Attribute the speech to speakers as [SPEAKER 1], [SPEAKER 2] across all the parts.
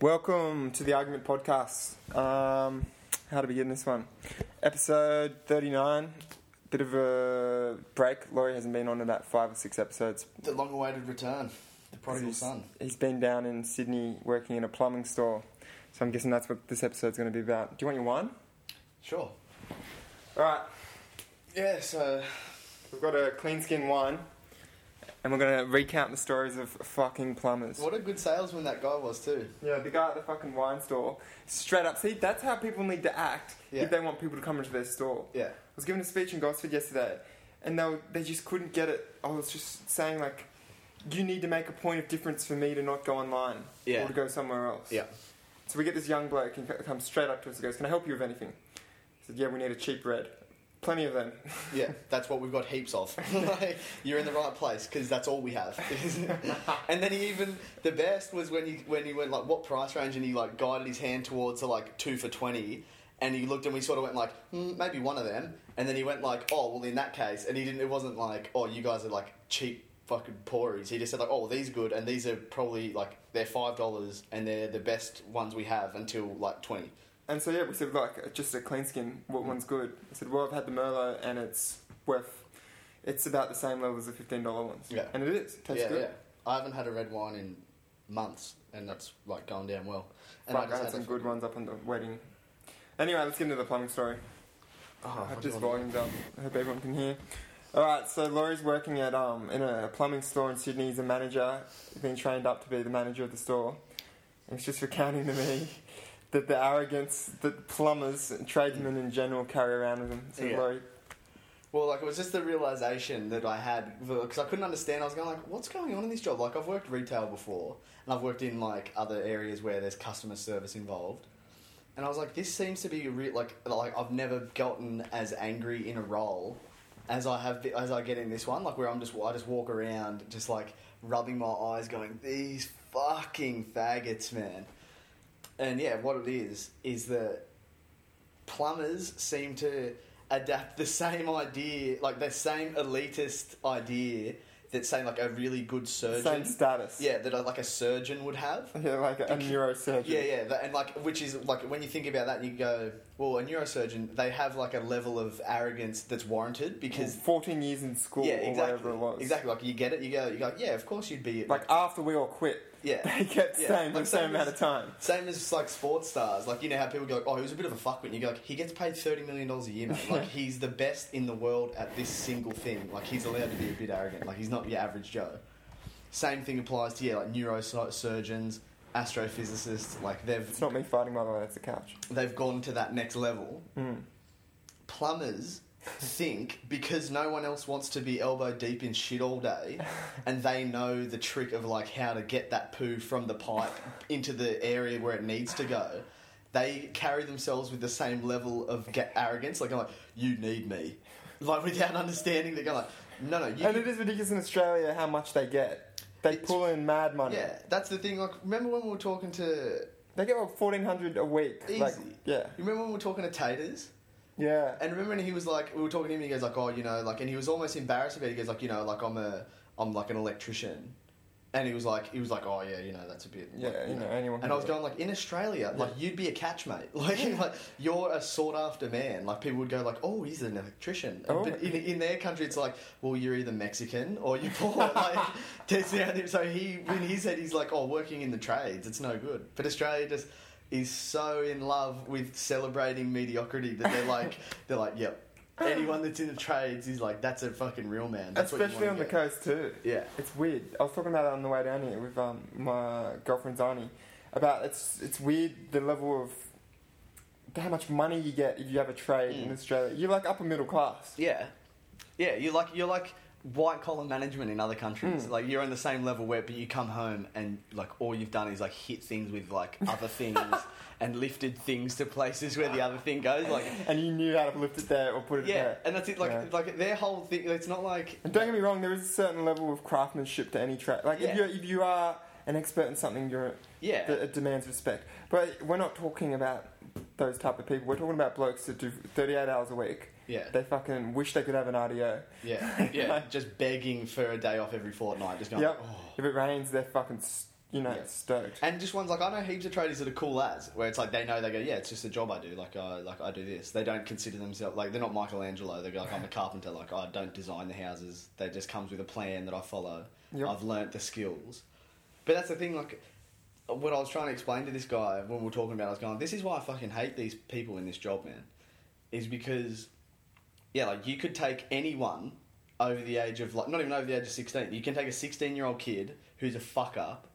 [SPEAKER 1] Welcome to the Argument Podcast. Um, how to begin this one? Episode 39. Bit of a break. Laurie hasn't been on in about five or six episodes.
[SPEAKER 2] The long awaited return, the prodigal
[SPEAKER 1] He's-
[SPEAKER 2] son.
[SPEAKER 1] He's been down in Sydney working in a plumbing store. So I'm guessing that's what this episode's going to be about. Do you want your wine?
[SPEAKER 2] Sure.
[SPEAKER 1] All right.
[SPEAKER 2] Yeah, so
[SPEAKER 1] We've got a clean skin wine. And we're going to recount the stories of fucking plumbers.
[SPEAKER 2] what a good salesman that guy was, too.
[SPEAKER 1] Yeah, the guy at the fucking wine store, straight up. See, that's how people need to act
[SPEAKER 2] Yeah.
[SPEAKER 1] if they want people to come into their store.
[SPEAKER 2] Yeah.
[SPEAKER 1] I was giving a speech in Gosford yesterday, and they, were, they just couldn't get it. I was just saying, like, you need to make a point of difference for me to not go online
[SPEAKER 2] Yeah.
[SPEAKER 1] or to go somewhere else.
[SPEAKER 2] Yeah.
[SPEAKER 1] So we get this young bloke, he co- comes straight up to us and goes, Can I help you with anything? He said, Yeah, we need a cheap red. Plenty of them.
[SPEAKER 2] Yeah, that's what we've got heaps of. like, you're in the right place because that's all we have. and then he even the best was when he when he went like what price range and he like guided his hand towards uh, like two for twenty, and he looked and we sort of went like mm, maybe one of them, and then he went like oh well in that case, and he didn't it wasn't like oh you guys are like cheap fucking poories. He just said like oh these good and these are probably like they're five dollars and they're the best ones we have until like twenty.
[SPEAKER 1] And so, yeah, we said, like, uh, just a clean skin, what one's good? He said, well, I've had the Merlot and it's worth, it's about the same level as the $15 ones.
[SPEAKER 2] Yeah.
[SPEAKER 1] And it is. It tastes
[SPEAKER 2] yeah,
[SPEAKER 1] good.
[SPEAKER 2] yeah. I haven't had a red wine in months, and that's like going down well. And
[SPEAKER 1] Fuck, I
[SPEAKER 2] just
[SPEAKER 1] had some
[SPEAKER 2] a-
[SPEAKER 1] good ones up on the wedding. Anyway, let's get into the plumbing story.
[SPEAKER 2] Oh,
[SPEAKER 1] I've
[SPEAKER 2] what
[SPEAKER 1] just
[SPEAKER 2] do you want?
[SPEAKER 1] volumed up. I hope everyone can hear. All right, so Laurie's working at um in a plumbing store in Sydney. He's a manager. He's been trained up to be the manager of the store. And he's just recounting to me that the arrogance that plumbers, and tradesmen in general, carry around with them. So
[SPEAKER 2] Yeah.
[SPEAKER 1] Laurie,
[SPEAKER 2] Well, like it was just the realization that I had because I couldn't understand. I was going like, "What's going on in this job?" Like I've worked retail before, and I've worked in like other areas where there's customer service involved, and I was like, "This seems to be a re- like like I've never gotten as angry in a role as I have as I get in this one. Like where I'm just I just walk around just like rubbing my eyes, going, "These fucking faggots, man." And yeah, what it is is that plumbers seem to adapt the same idea, like the same elitist idea that say like a really good
[SPEAKER 1] same
[SPEAKER 2] surgeon,
[SPEAKER 1] status.
[SPEAKER 2] yeah, that uh, like a surgeon would have.
[SPEAKER 1] yeah, like a, a neurosurgeon.
[SPEAKER 2] Yeah, yeah, that, and like, which is like when you think about that, you go, well, a neurosurgeon, they have like a level of arrogance that's warranted
[SPEAKER 1] Well,
[SPEAKER 2] because,
[SPEAKER 1] Fourteen years in school
[SPEAKER 2] yeah,
[SPEAKER 1] or whatever
[SPEAKER 2] exactly,
[SPEAKER 1] it was.
[SPEAKER 2] exactly. Like you get it, you go, you go, yeah, of course you'd be
[SPEAKER 1] Like after we all quit,
[SPEAKER 2] yeah,
[SPEAKER 1] they get
[SPEAKER 2] Yeah,
[SPEAKER 1] same
[SPEAKER 2] like
[SPEAKER 1] the same
[SPEAKER 2] same
[SPEAKER 1] amount
[SPEAKER 2] as-
[SPEAKER 1] of time.
[SPEAKER 2] Same as like sports stars, like you know how people go, oh, he was a bit of a fuckwit. And you go, like, he gets paid thirty million dollars a year, mate. Like he's the best in the world at this single thing. Like he's allowed to be a bit arrogant. Like he's not your average Joe. Same thing applies to yeah, like neurosurgeons, astrophysicists. Like
[SPEAKER 1] It's
[SPEAKER 2] they've
[SPEAKER 1] not me fighting my way. It's the couch.
[SPEAKER 2] they've gone to that next level.
[SPEAKER 1] Mm.
[SPEAKER 2] Plumbers think because no one else wants to be elbow deep in shit all day, and they know the trick of like how to get that poo from the pipe into the area where it needs to go. They carry themselves with the same level of ga- arrogance, like I'm like, you need me, like without understanding. They're going like, no, no, you.
[SPEAKER 1] And it is ridiculous in Australia how much they get. They
[SPEAKER 2] It's-
[SPEAKER 1] pull in mad money.
[SPEAKER 2] yeah, that's the thing. Like, remember when we were talking to?
[SPEAKER 1] They get like fourteen hundred a week. Like,
[SPEAKER 2] Easy.
[SPEAKER 1] yeah,
[SPEAKER 2] You remember when we were talking to Taters?
[SPEAKER 1] yeah.
[SPEAKER 2] And remember when he was like, we were talking to him, and he goes like, oh, you know, like, and he was almost embarrassed about. it. He goes like, you know, like I'm a, I'm like an electrician, and he was like, he was like, oh yeah, you know, that's a bit, like,
[SPEAKER 1] Yeah, you know, anyone can
[SPEAKER 2] And I was
[SPEAKER 1] do it.
[SPEAKER 2] going like, in Australia, like you'd be a catch mate, like, like you're a sought after man. Like people would go like, oh, he's an electrician.
[SPEAKER 1] Oh.
[SPEAKER 2] But in, in their country, it's like, well, you're either Mexican or you're poor. Oh, like, there's down So he, when he said he's like, oh, working in the trades, it's no good. But Australia just is so in love with celebrating mediocrity that they're like, they're like, yep. Anyone that's in the trades is like, that's a fucking real man. That's what you
[SPEAKER 1] Especially on
[SPEAKER 2] wanna
[SPEAKER 1] the
[SPEAKER 2] get.
[SPEAKER 1] coast too.
[SPEAKER 2] Yeah.
[SPEAKER 1] It's weird. I was talking about it on the way down here with um, my girlfriend Zani about it's it's weird the level of how much money you get if you have a trade in
[SPEAKER 2] Mm.
[SPEAKER 1] Australia. You're like upper middle class.
[SPEAKER 2] Yeah, yeah. You're like you're like white collar management in other countries.
[SPEAKER 1] Mm.
[SPEAKER 2] Like you're on the same level where, but you come home and like all you've done is like hit things with like other things and lifted things to places where the other thing goes. Like
[SPEAKER 1] And you knew how to lift it there or put it
[SPEAKER 2] yeah,
[SPEAKER 1] there.
[SPEAKER 2] and that's it. Like
[SPEAKER 1] Yeah.
[SPEAKER 2] like their whole thing. It's not like
[SPEAKER 1] And don't get me wrong, there is a certain level of craftsmanship to any trade. Like if
[SPEAKER 2] Yeah.
[SPEAKER 1] you if you are an expert in something, you're
[SPEAKER 2] yeah.
[SPEAKER 1] that it demands respect. But we're not talking about those type of people. We're talking about blokes that do 38 hours a week.
[SPEAKER 2] yeah,
[SPEAKER 1] They fucking wish they could have an RDO.
[SPEAKER 2] yeah, yeah, just begging for a day off every fortnight. Just going,
[SPEAKER 1] Yep.
[SPEAKER 2] oh,
[SPEAKER 1] If it rains, they're fucking s- you know,
[SPEAKER 2] Yeah.
[SPEAKER 1] stoked.
[SPEAKER 2] And just ones like I know heaps of tradies that are cool as where it's like they know they go, yeah, it's just a job I do. Like I like I do this. They don't consider themselves like they're not Michelangelo. They go like I'm a carpenter. Like I don't design the houses. They just comes with a plan that I follow.
[SPEAKER 1] Yep.
[SPEAKER 2] I've learnt the skills. But that's the thing. Like what I was trying to explain to this guy when we were talking about, it, I was going, this is why I fucking hate these people in this job, man. Is because yeah, like you could take anyone over the age of like not even over the age of sixteen. You can take a sixteen year old kid who's a fuck up,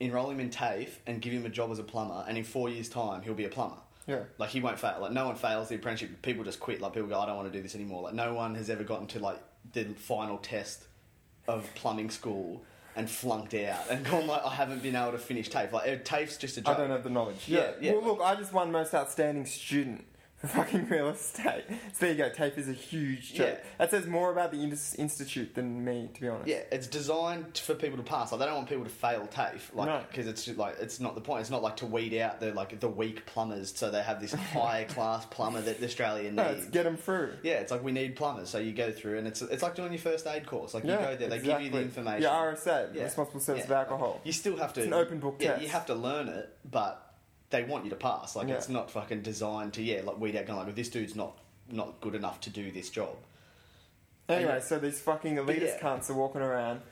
[SPEAKER 2] enroll him in TAFE and give him a job as a plumber, and in four years' time he'll be a plumber.
[SPEAKER 1] Yeah.
[SPEAKER 2] Like he won't fail. Like no one fails the apprenticeship. People just quit. Like people go, I don't want to do this anymore. Like no one has ever gotten to like the final test of plumbing school and flunked out and gone like I haven't been able to finish TAFE. Like TAFE's just a
[SPEAKER 1] I
[SPEAKER 2] job.
[SPEAKER 1] don't have the knowledge.
[SPEAKER 2] Yeah, yeah.
[SPEAKER 1] Well, look, I just won most outstanding student for fucking real estate. So there you go. Tape is a huge joke.
[SPEAKER 2] Yeah.
[SPEAKER 1] That says more about the indus- institute than me, to be honest.
[SPEAKER 2] Yeah, it's designed for people to pass. Like they don't want people to fail TAFE,
[SPEAKER 1] No.
[SPEAKER 2] like because it's just, like it's not the point. It's not like to weed out the like the weak plumbers, so they have this higher class plumber that Australia
[SPEAKER 1] No,
[SPEAKER 2] needs.
[SPEAKER 1] it's get them through.
[SPEAKER 2] yeah, it's like we need plumbers, so you go through, and it's it's like doing your first aid course. Like you go there, they give you the
[SPEAKER 1] exactly.
[SPEAKER 2] information.
[SPEAKER 1] Yeah, RSA,
[SPEAKER 2] Yeah.
[SPEAKER 1] responsible service of
[SPEAKER 2] Yeah.
[SPEAKER 1] alcohol.
[SPEAKER 2] You still have to.
[SPEAKER 1] It's an open book
[SPEAKER 2] Yeah,
[SPEAKER 1] test.
[SPEAKER 2] you have to learn it, but they want you to pass. Like
[SPEAKER 1] Yeah.
[SPEAKER 2] it's not fucking designed to yeah, like weed out. Kind of like this dude's not not good enough to do this job.
[SPEAKER 1] Anyway,
[SPEAKER 2] Yeah.
[SPEAKER 1] so these fucking elitist
[SPEAKER 2] yeah.
[SPEAKER 1] cunts are walking around,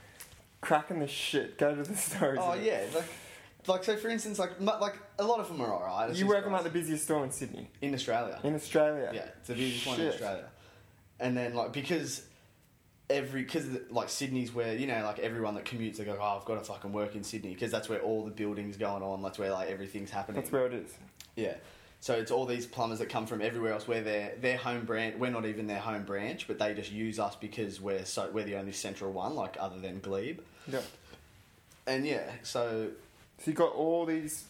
[SPEAKER 1] cracking the shit. Go to the stores.
[SPEAKER 2] Oh
[SPEAKER 1] and-
[SPEAKER 2] yeah, like, like so. For instance, like mu- like a lot of them are alright. It's
[SPEAKER 1] You
[SPEAKER 2] just
[SPEAKER 1] work in like
[SPEAKER 2] nice.
[SPEAKER 1] the busiest store in Sydney,
[SPEAKER 2] in Australia.
[SPEAKER 1] in Australia.
[SPEAKER 2] yeah, it's the busiest one in
[SPEAKER 1] Shit.
[SPEAKER 2] Australia. And then like because every because like Sydney's where you know like everyone that commutes they go oh I've got to fucking work in Sydney because that's where all the buildings going on. That's where like everything's happening.
[SPEAKER 1] That's where it is.
[SPEAKER 2] Yeah. So it's all these plumbers that come from everywhere else. We're their their home branch. We're not even their home branch, but they just use us because we're so we're the only central one, like other than Glebe.
[SPEAKER 1] Yeah.
[SPEAKER 2] And yeah, so
[SPEAKER 1] So you've got all these,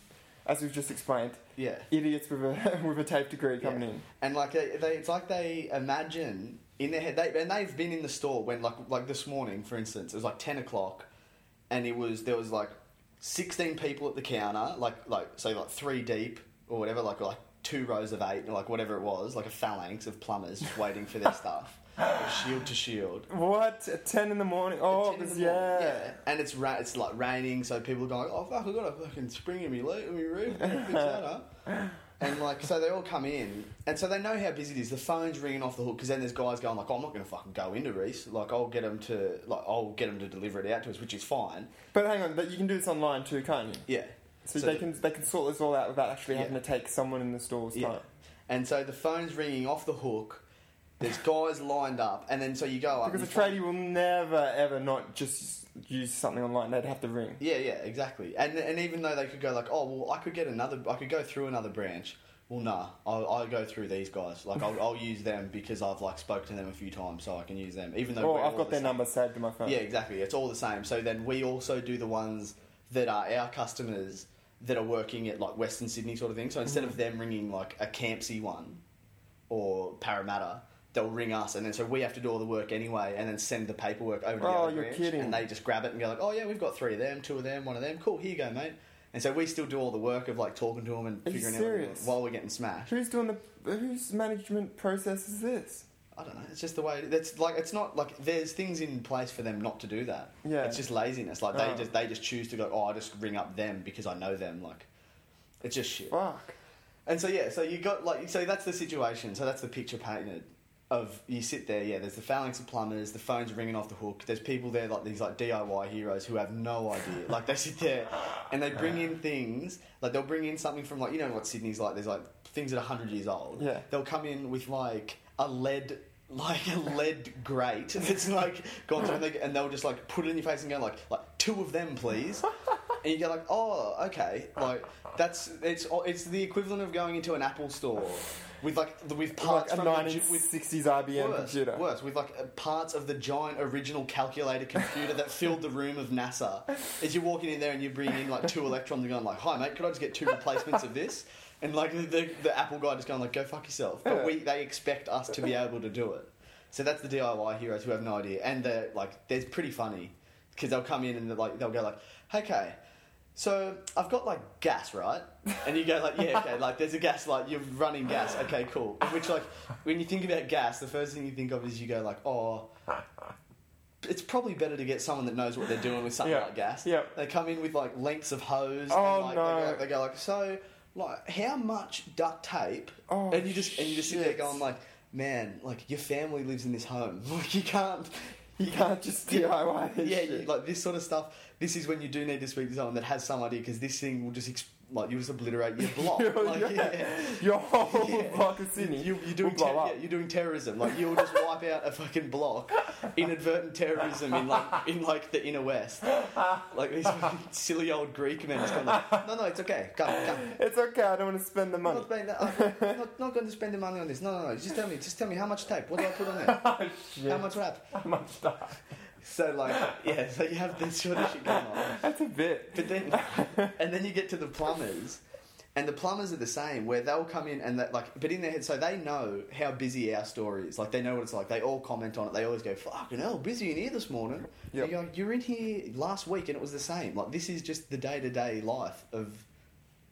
[SPEAKER 1] as we've just explained,
[SPEAKER 2] yeah,
[SPEAKER 1] idiots with a with a tape degree coming
[SPEAKER 2] Yeah.
[SPEAKER 1] in.
[SPEAKER 2] and like they, they, it's like they imagine in their head. They and they've been in the store when like like this morning, for instance, it was like ten o'clock, and it was there was like sixteen people at the counter, like like say like three deep or whatever, like like two rows of eight, or like whatever it was, like a phalanx of plumbers just waiting for their stuff, like, shield to shield.
[SPEAKER 1] What? At 10 in the morning? Oh,
[SPEAKER 2] 10 in the
[SPEAKER 1] 'cause-
[SPEAKER 2] morning,
[SPEAKER 1] yeah.
[SPEAKER 2] and it's ra- it's like raining, so people are going, "Oh fuck, I got a fucking spring in me lo- in me roof." Fix that up. And like, so they all come in, and so they know how busy it is. The phone's ringing off the hook because then there's guys going like, oh, "I'm not going to fucking go into Reese. Like, I'll get them to like, I'll get them to deliver it out to us, which is fine."
[SPEAKER 1] But hang on, but you can do this online too, can't you?
[SPEAKER 2] Yeah.
[SPEAKER 1] So,
[SPEAKER 2] So-
[SPEAKER 1] they can they can sort this all out without actually
[SPEAKER 2] Yeah.
[SPEAKER 1] having to take someone in the store's
[SPEAKER 2] Yeah.
[SPEAKER 1] time.
[SPEAKER 2] And so the phone's ringing off the hook. There's guys lined up, and then so you go up
[SPEAKER 1] Because a
[SPEAKER 2] you find-
[SPEAKER 1] tradie will never ever not just use something online. They'd have to ring.
[SPEAKER 2] Yeah, yeah, exactly. And and even though they could go like, oh well, I could get another, I could go through another branch. Well, nah, I'll, I'll go through these guys. Like, I'll, I'll use them because I've like spoke to them a few times, so I can use them. Even though
[SPEAKER 1] Or
[SPEAKER 2] we're
[SPEAKER 1] I've
[SPEAKER 2] all
[SPEAKER 1] got
[SPEAKER 2] the
[SPEAKER 1] their
[SPEAKER 2] same.
[SPEAKER 1] number saved to my phone.
[SPEAKER 2] Yeah, exactly. It's all the same. So then we also do the ones that are our customers that are working at like Western Sydney sort of thing. So instead
[SPEAKER 1] Mm-hmm.
[SPEAKER 2] of them ringing like a Campsie one or Parramatta, they'll ring us, and then so we have to do all the work anyway, and then send the paperwork over to
[SPEAKER 1] Oh,
[SPEAKER 2] the other
[SPEAKER 1] you're
[SPEAKER 2] branch,
[SPEAKER 1] kidding.
[SPEAKER 2] and they just grab it and go like, "Oh yeah, we've got three of them, two of them, one of them. Cool, here you go, mate." And so we still do all the work of like talking to them and
[SPEAKER 1] Are you
[SPEAKER 2] figuring out what we want
[SPEAKER 1] serious?
[SPEAKER 2] while we're getting smashed.
[SPEAKER 1] Who's doing the whose management process is this?
[SPEAKER 2] I don't know. It's just the way. That's like it's not like there's things in place for them not to do that.
[SPEAKER 1] Yeah.
[SPEAKER 2] it's just laziness. Like they
[SPEAKER 1] Oh.
[SPEAKER 2] just they just choose to go. Oh, I just ring up them because I know them. Like it's just shit.
[SPEAKER 1] Fuck.
[SPEAKER 2] And so yeah, so you got like so that's the situation. So that's the picture painted of you sit there. Yeah, there's the phalanx of plumbers. The phone's ringing off the hook. There's people there like these like DIY heroes who have no idea. like they sit there and they bring in things. Like they'll bring in something from like you know what Sydney's like. There's like things that are hundred years old.
[SPEAKER 1] Yeah.
[SPEAKER 2] They'll come in with like a lead. Like a lead grate that's like gone through, and, they, and they'll just like put it in your face and go like, like two of them, please. And you go like, oh, okay, like that's it's it's the equivalent of going into an Apple store with like with
[SPEAKER 1] Like
[SPEAKER 2] parts
[SPEAKER 1] a
[SPEAKER 2] from the,
[SPEAKER 1] nineteen
[SPEAKER 2] gi- with
[SPEAKER 1] sixties IBM
[SPEAKER 2] worse,
[SPEAKER 1] computer.
[SPEAKER 2] worse with like uh, parts of the giant original calculator computer that filled the room of NASA. As you're walking in there and you bring in like two electrons and going like, hi mate, could I just get two replacements of this? And like the, the, the Apple guy just going like, go fuck yourself. But we they expect us to be able to do it. So that's the DIY heroes who have no idea, and they're like they're pretty funny because they'll come in and they're like they'll go like, okay. So I've got like gas, right? And you go like, yeah, okay. Like there's a gas light. You're running gas. Okay, cool. Which like when you think about gas, the first thing you think of is you go like, oh, it's probably better to get someone that knows what they're doing with something
[SPEAKER 1] Yeah.
[SPEAKER 2] like gas.
[SPEAKER 1] Yeah.
[SPEAKER 2] They come in with like lengths of hose.
[SPEAKER 1] Oh,
[SPEAKER 2] and, like, They
[SPEAKER 1] no.
[SPEAKER 2] go, like, they go like so. Like how much duct tape?
[SPEAKER 1] Oh,
[SPEAKER 2] and you just and you just sit there
[SPEAKER 1] shit.
[SPEAKER 2] going like, man, like your family lives in this home. Like you can't,
[SPEAKER 1] You can't just DIY this
[SPEAKER 2] yeah,
[SPEAKER 1] shit.
[SPEAKER 2] you- like this sort of stuff. This is when you do need to speak to someone that has some idea because this thing will just ex- like you will just obliterate your block.
[SPEAKER 1] Your-
[SPEAKER 2] like,
[SPEAKER 1] yeah.
[SPEAKER 2] yeah.
[SPEAKER 1] Your whole
[SPEAKER 2] Yeah.
[SPEAKER 1] block of Sydney.
[SPEAKER 2] You, you're doing
[SPEAKER 1] will blow
[SPEAKER 2] ter-
[SPEAKER 1] up.
[SPEAKER 2] yeah, you're doing terrorism. Like you'll just wipe out a fucking block, inadvertent terrorism in like in like the inner west. Like these fucking silly old Greek men. Just going like, no, no, it's okay. Come, come.
[SPEAKER 1] It's okay. I don't want to spend the
[SPEAKER 2] I'm
[SPEAKER 1] money.
[SPEAKER 2] not, spending that, I'm not, not going to spend the money on this. No, no, no. Just tell me. Just tell me how much tape. What do I put on there?
[SPEAKER 1] Oh, shit.
[SPEAKER 2] How much wrap?
[SPEAKER 1] How much stuff?
[SPEAKER 2] So like, yeah. So you have this sort of shit going on.
[SPEAKER 1] That's a bit.
[SPEAKER 2] But then, and then you get to the plumbers, and the plumbers are the same. Where they'll come in and that like, but in their head, so they know how busy our store is. Like they know what it's like. They all comment on it. They always go, "Fucking hell, busy in here this morning."
[SPEAKER 1] Yep.
[SPEAKER 2] And You're, like, you're in here last week, and it was the same. Like this is just the day to day life of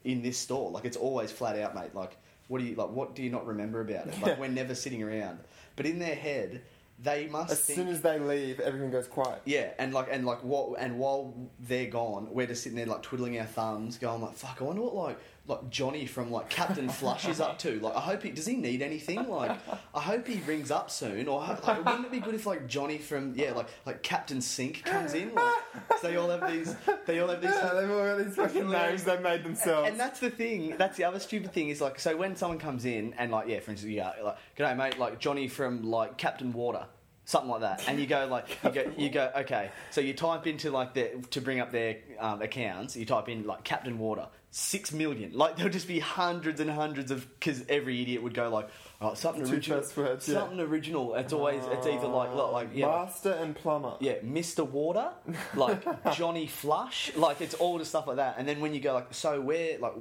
[SPEAKER 2] in this store. Like it's always flat out, mate. Like what do you like? What do you not remember about it? Like
[SPEAKER 1] Yeah.
[SPEAKER 2] we're never sitting around. But in their head, they must
[SPEAKER 1] As
[SPEAKER 2] think
[SPEAKER 1] soon as they leave, everything goes quiet.
[SPEAKER 2] yeah, and like and like what and while they're gone, we're just sitting there like twiddling our thumbs, going like, "Fuck, I wonder what like like Johnny from like Captain Flush is up to." Like, I hope he does he need anything? Like, I hope he rings up soon. Or like, wouldn't it be good if like Johnny from yeah like like Captain Sink comes in? Like, so they all have these they all have these
[SPEAKER 1] Yeah, they've all got these fucking names they made themselves.
[SPEAKER 2] and that's the thing. That's the other stupid thing is like, so when someone comes in and like, yeah, for instance, yeah, like, g'day mate, like Johnny from like Captain Water, something like that, and you go like, you go, you go, okay, so you type into like their to bring up their um, accounts, you type in like Captain Water. Six million, like there'll just be hundreds and hundreds of because every idiot would go like, oh, something
[SPEAKER 1] Two
[SPEAKER 2] original,
[SPEAKER 1] first words, yeah.
[SPEAKER 2] something original. It's always it's either like look, like yeah, like,
[SPEAKER 1] Master and plumber.
[SPEAKER 2] yeah, Mr. Water, like Johnny Flush, like it's all the stuff like that. And then when you go like, so where, like,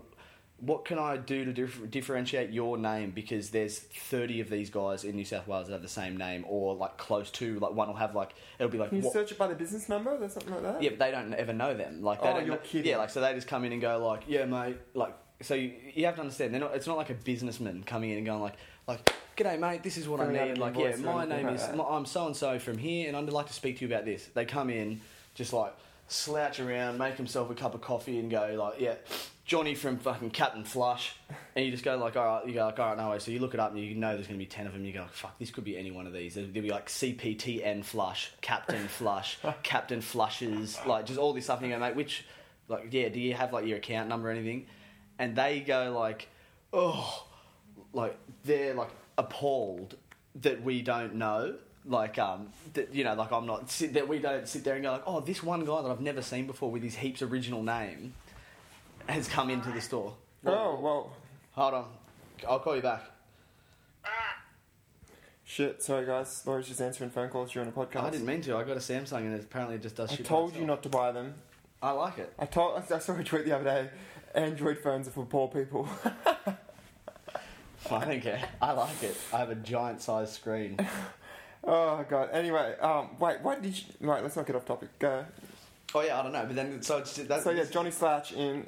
[SPEAKER 2] what can I do to dif- differentiate your name? Because there's 30 of these guys in New South Wales that have the same name, or like close to, like one will have like it'll be like
[SPEAKER 1] Can you
[SPEAKER 2] what-
[SPEAKER 1] search it by the business number or something like that?
[SPEAKER 2] yeah, but they don't ever know them. Like, they
[SPEAKER 1] Oh,
[SPEAKER 2] don't
[SPEAKER 1] you're
[SPEAKER 2] know-
[SPEAKER 1] kidding.
[SPEAKER 2] Yeah, like so they just come in and go like, yeah, mate. Like, so you, you have to understand, they're not. It's not like a businessman coming in and going like, like, g'day, mate. This is what
[SPEAKER 1] Filling out
[SPEAKER 2] I need.
[SPEAKER 1] an
[SPEAKER 2] Like, yeah,
[SPEAKER 1] invoice or
[SPEAKER 2] my
[SPEAKER 1] anything
[SPEAKER 2] name
[SPEAKER 1] like
[SPEAKER 2] is.
[SPEAKER 1] that.
[SPEAKER 2] my- I'm so and so from here, and I'd like to speak to you about this. They come in, just like slouch around, make himself a cup of coffee, and go like, yeah. Johnny from fucking Captain Flush, and you just go like, all right, you go like, all right, no way. So you look it up and you know there's going to be ten of them. You go, fuck, this could be any one of these. There'll be like CPTN Flush, Captain Flush, Captain Flushes, like just all this stuff. And you go, mate, which, like, yeah, do you have like your account number or anything? And they go like, oh, like they're like appalled that we don't know like um that you know like i'm not sit, that we don't sit there and go like oh this one guy that i've never seen before with his heaps original name has come into the store
[SPEAKER 1] Oh, well.
[SPEAKER 2] hold on i'll call you back
[SPEAKER 1] Shit, sorry guys. Laura's just answering phone calls during a podcast.
[SPEAKER 2] i didn't mean to i got a samsung and it apparently just does
[SPEAKER 1] I
[SPEAKER 2] shit by
[SPEAKER 1] told you
[SPEAKER 2] itself.
[SPEAKER 1] not to buy them.
[SPEAKER 2] i like it
[SPEAKER 1] I told. I saw a tweet the other day. Android phones are for poor people.
[SPEAKER 2] i don't care i like it i have a giant sized screen
[SPEAKER 1] oh god. Anyway, um, wait. Why did you? Right, let's not get off topic. Go.
[SPEAKER 2] oh yeah i don't know but then so it's just, that's
[SPEAKER 1] So yeah, Johnny Slatch in.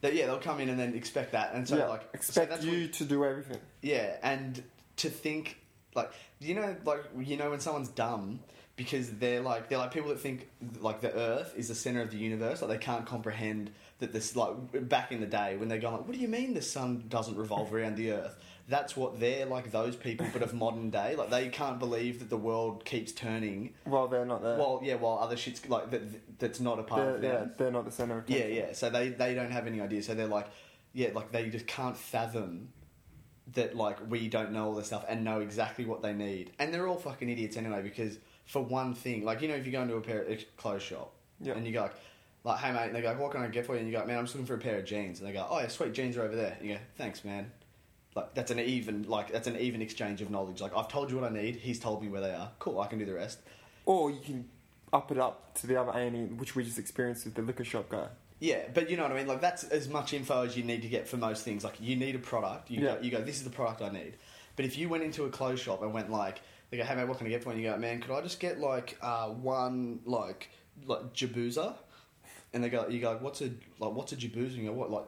[SPEAKER 2] that, yeah they'll come in and then expect that and so
[SPEAKER 1] yeah,
[SPEAKER 2] like so
[SPEAKER 1] expect
[SPEAKER 2] that's what-
[SPEAKER 1] you to do everything.
[SPEAKER 2] Yeah, and to think like you know like you know when someone's dumb because they're like they're like people that think like the earth is the center of the universe like they can't comprehend that this like back in the day when they're going like what do you mean the sun doesn't revolve around the earth that's what they're like those people but of modern day like they can't believe that the world keeps turning
[SPEAKER 1] While they're not there.
[SPEAKER 2] while yeah while other shit's like that that's not a part
[SPEAKER 1] they're,
[SPEAKER 2] of them
[SPEAKER 1] yeah, they're not Uh, the center of
[SPEAKER 2] yeah,
[SPEAKER 1] attention.
[SPEAKER 2] yeah. So they, they don't have any idea. So they're like, yeah, like they just can't fathom that like we don't know all this stuff and know exactly what they need. And they're all fucking idiots anyway because for one thing, like you know, if you go into a pair a clothes shop
[SPEAKER 1] Yeah.
[SPEAKER 2] and you go like, like hey mate, and they go, like, what can I get for you? And you go, man, I'm just looking for a pair of jeans. And they go, oh yeah, sweet jeans are over there. And you go, thanks, man. Like that's an even like that's an even exchange of knowledge. Like I've told you what I need. He's told me where they are. Cool, I can do the rest.
[SPEAKER 1] Or you can up it up to the other A and E, which we just experienced with the liquor shop guy.
[SPEAKER 2] Yeah, but you know what I mean. Like that's as much info as you need to get for most things. Like you need a product. You
[SPEAKER 1] Yeah.
[SPEAKER 2] go, you go. This is the product I need. But if you went into a clothes shop and went like, they go, hey mate, what can I get for you? And you go, man, could I just get like uh, one like like jabuza? And they go, you go, what's a like what's a jabuza? And you go, what like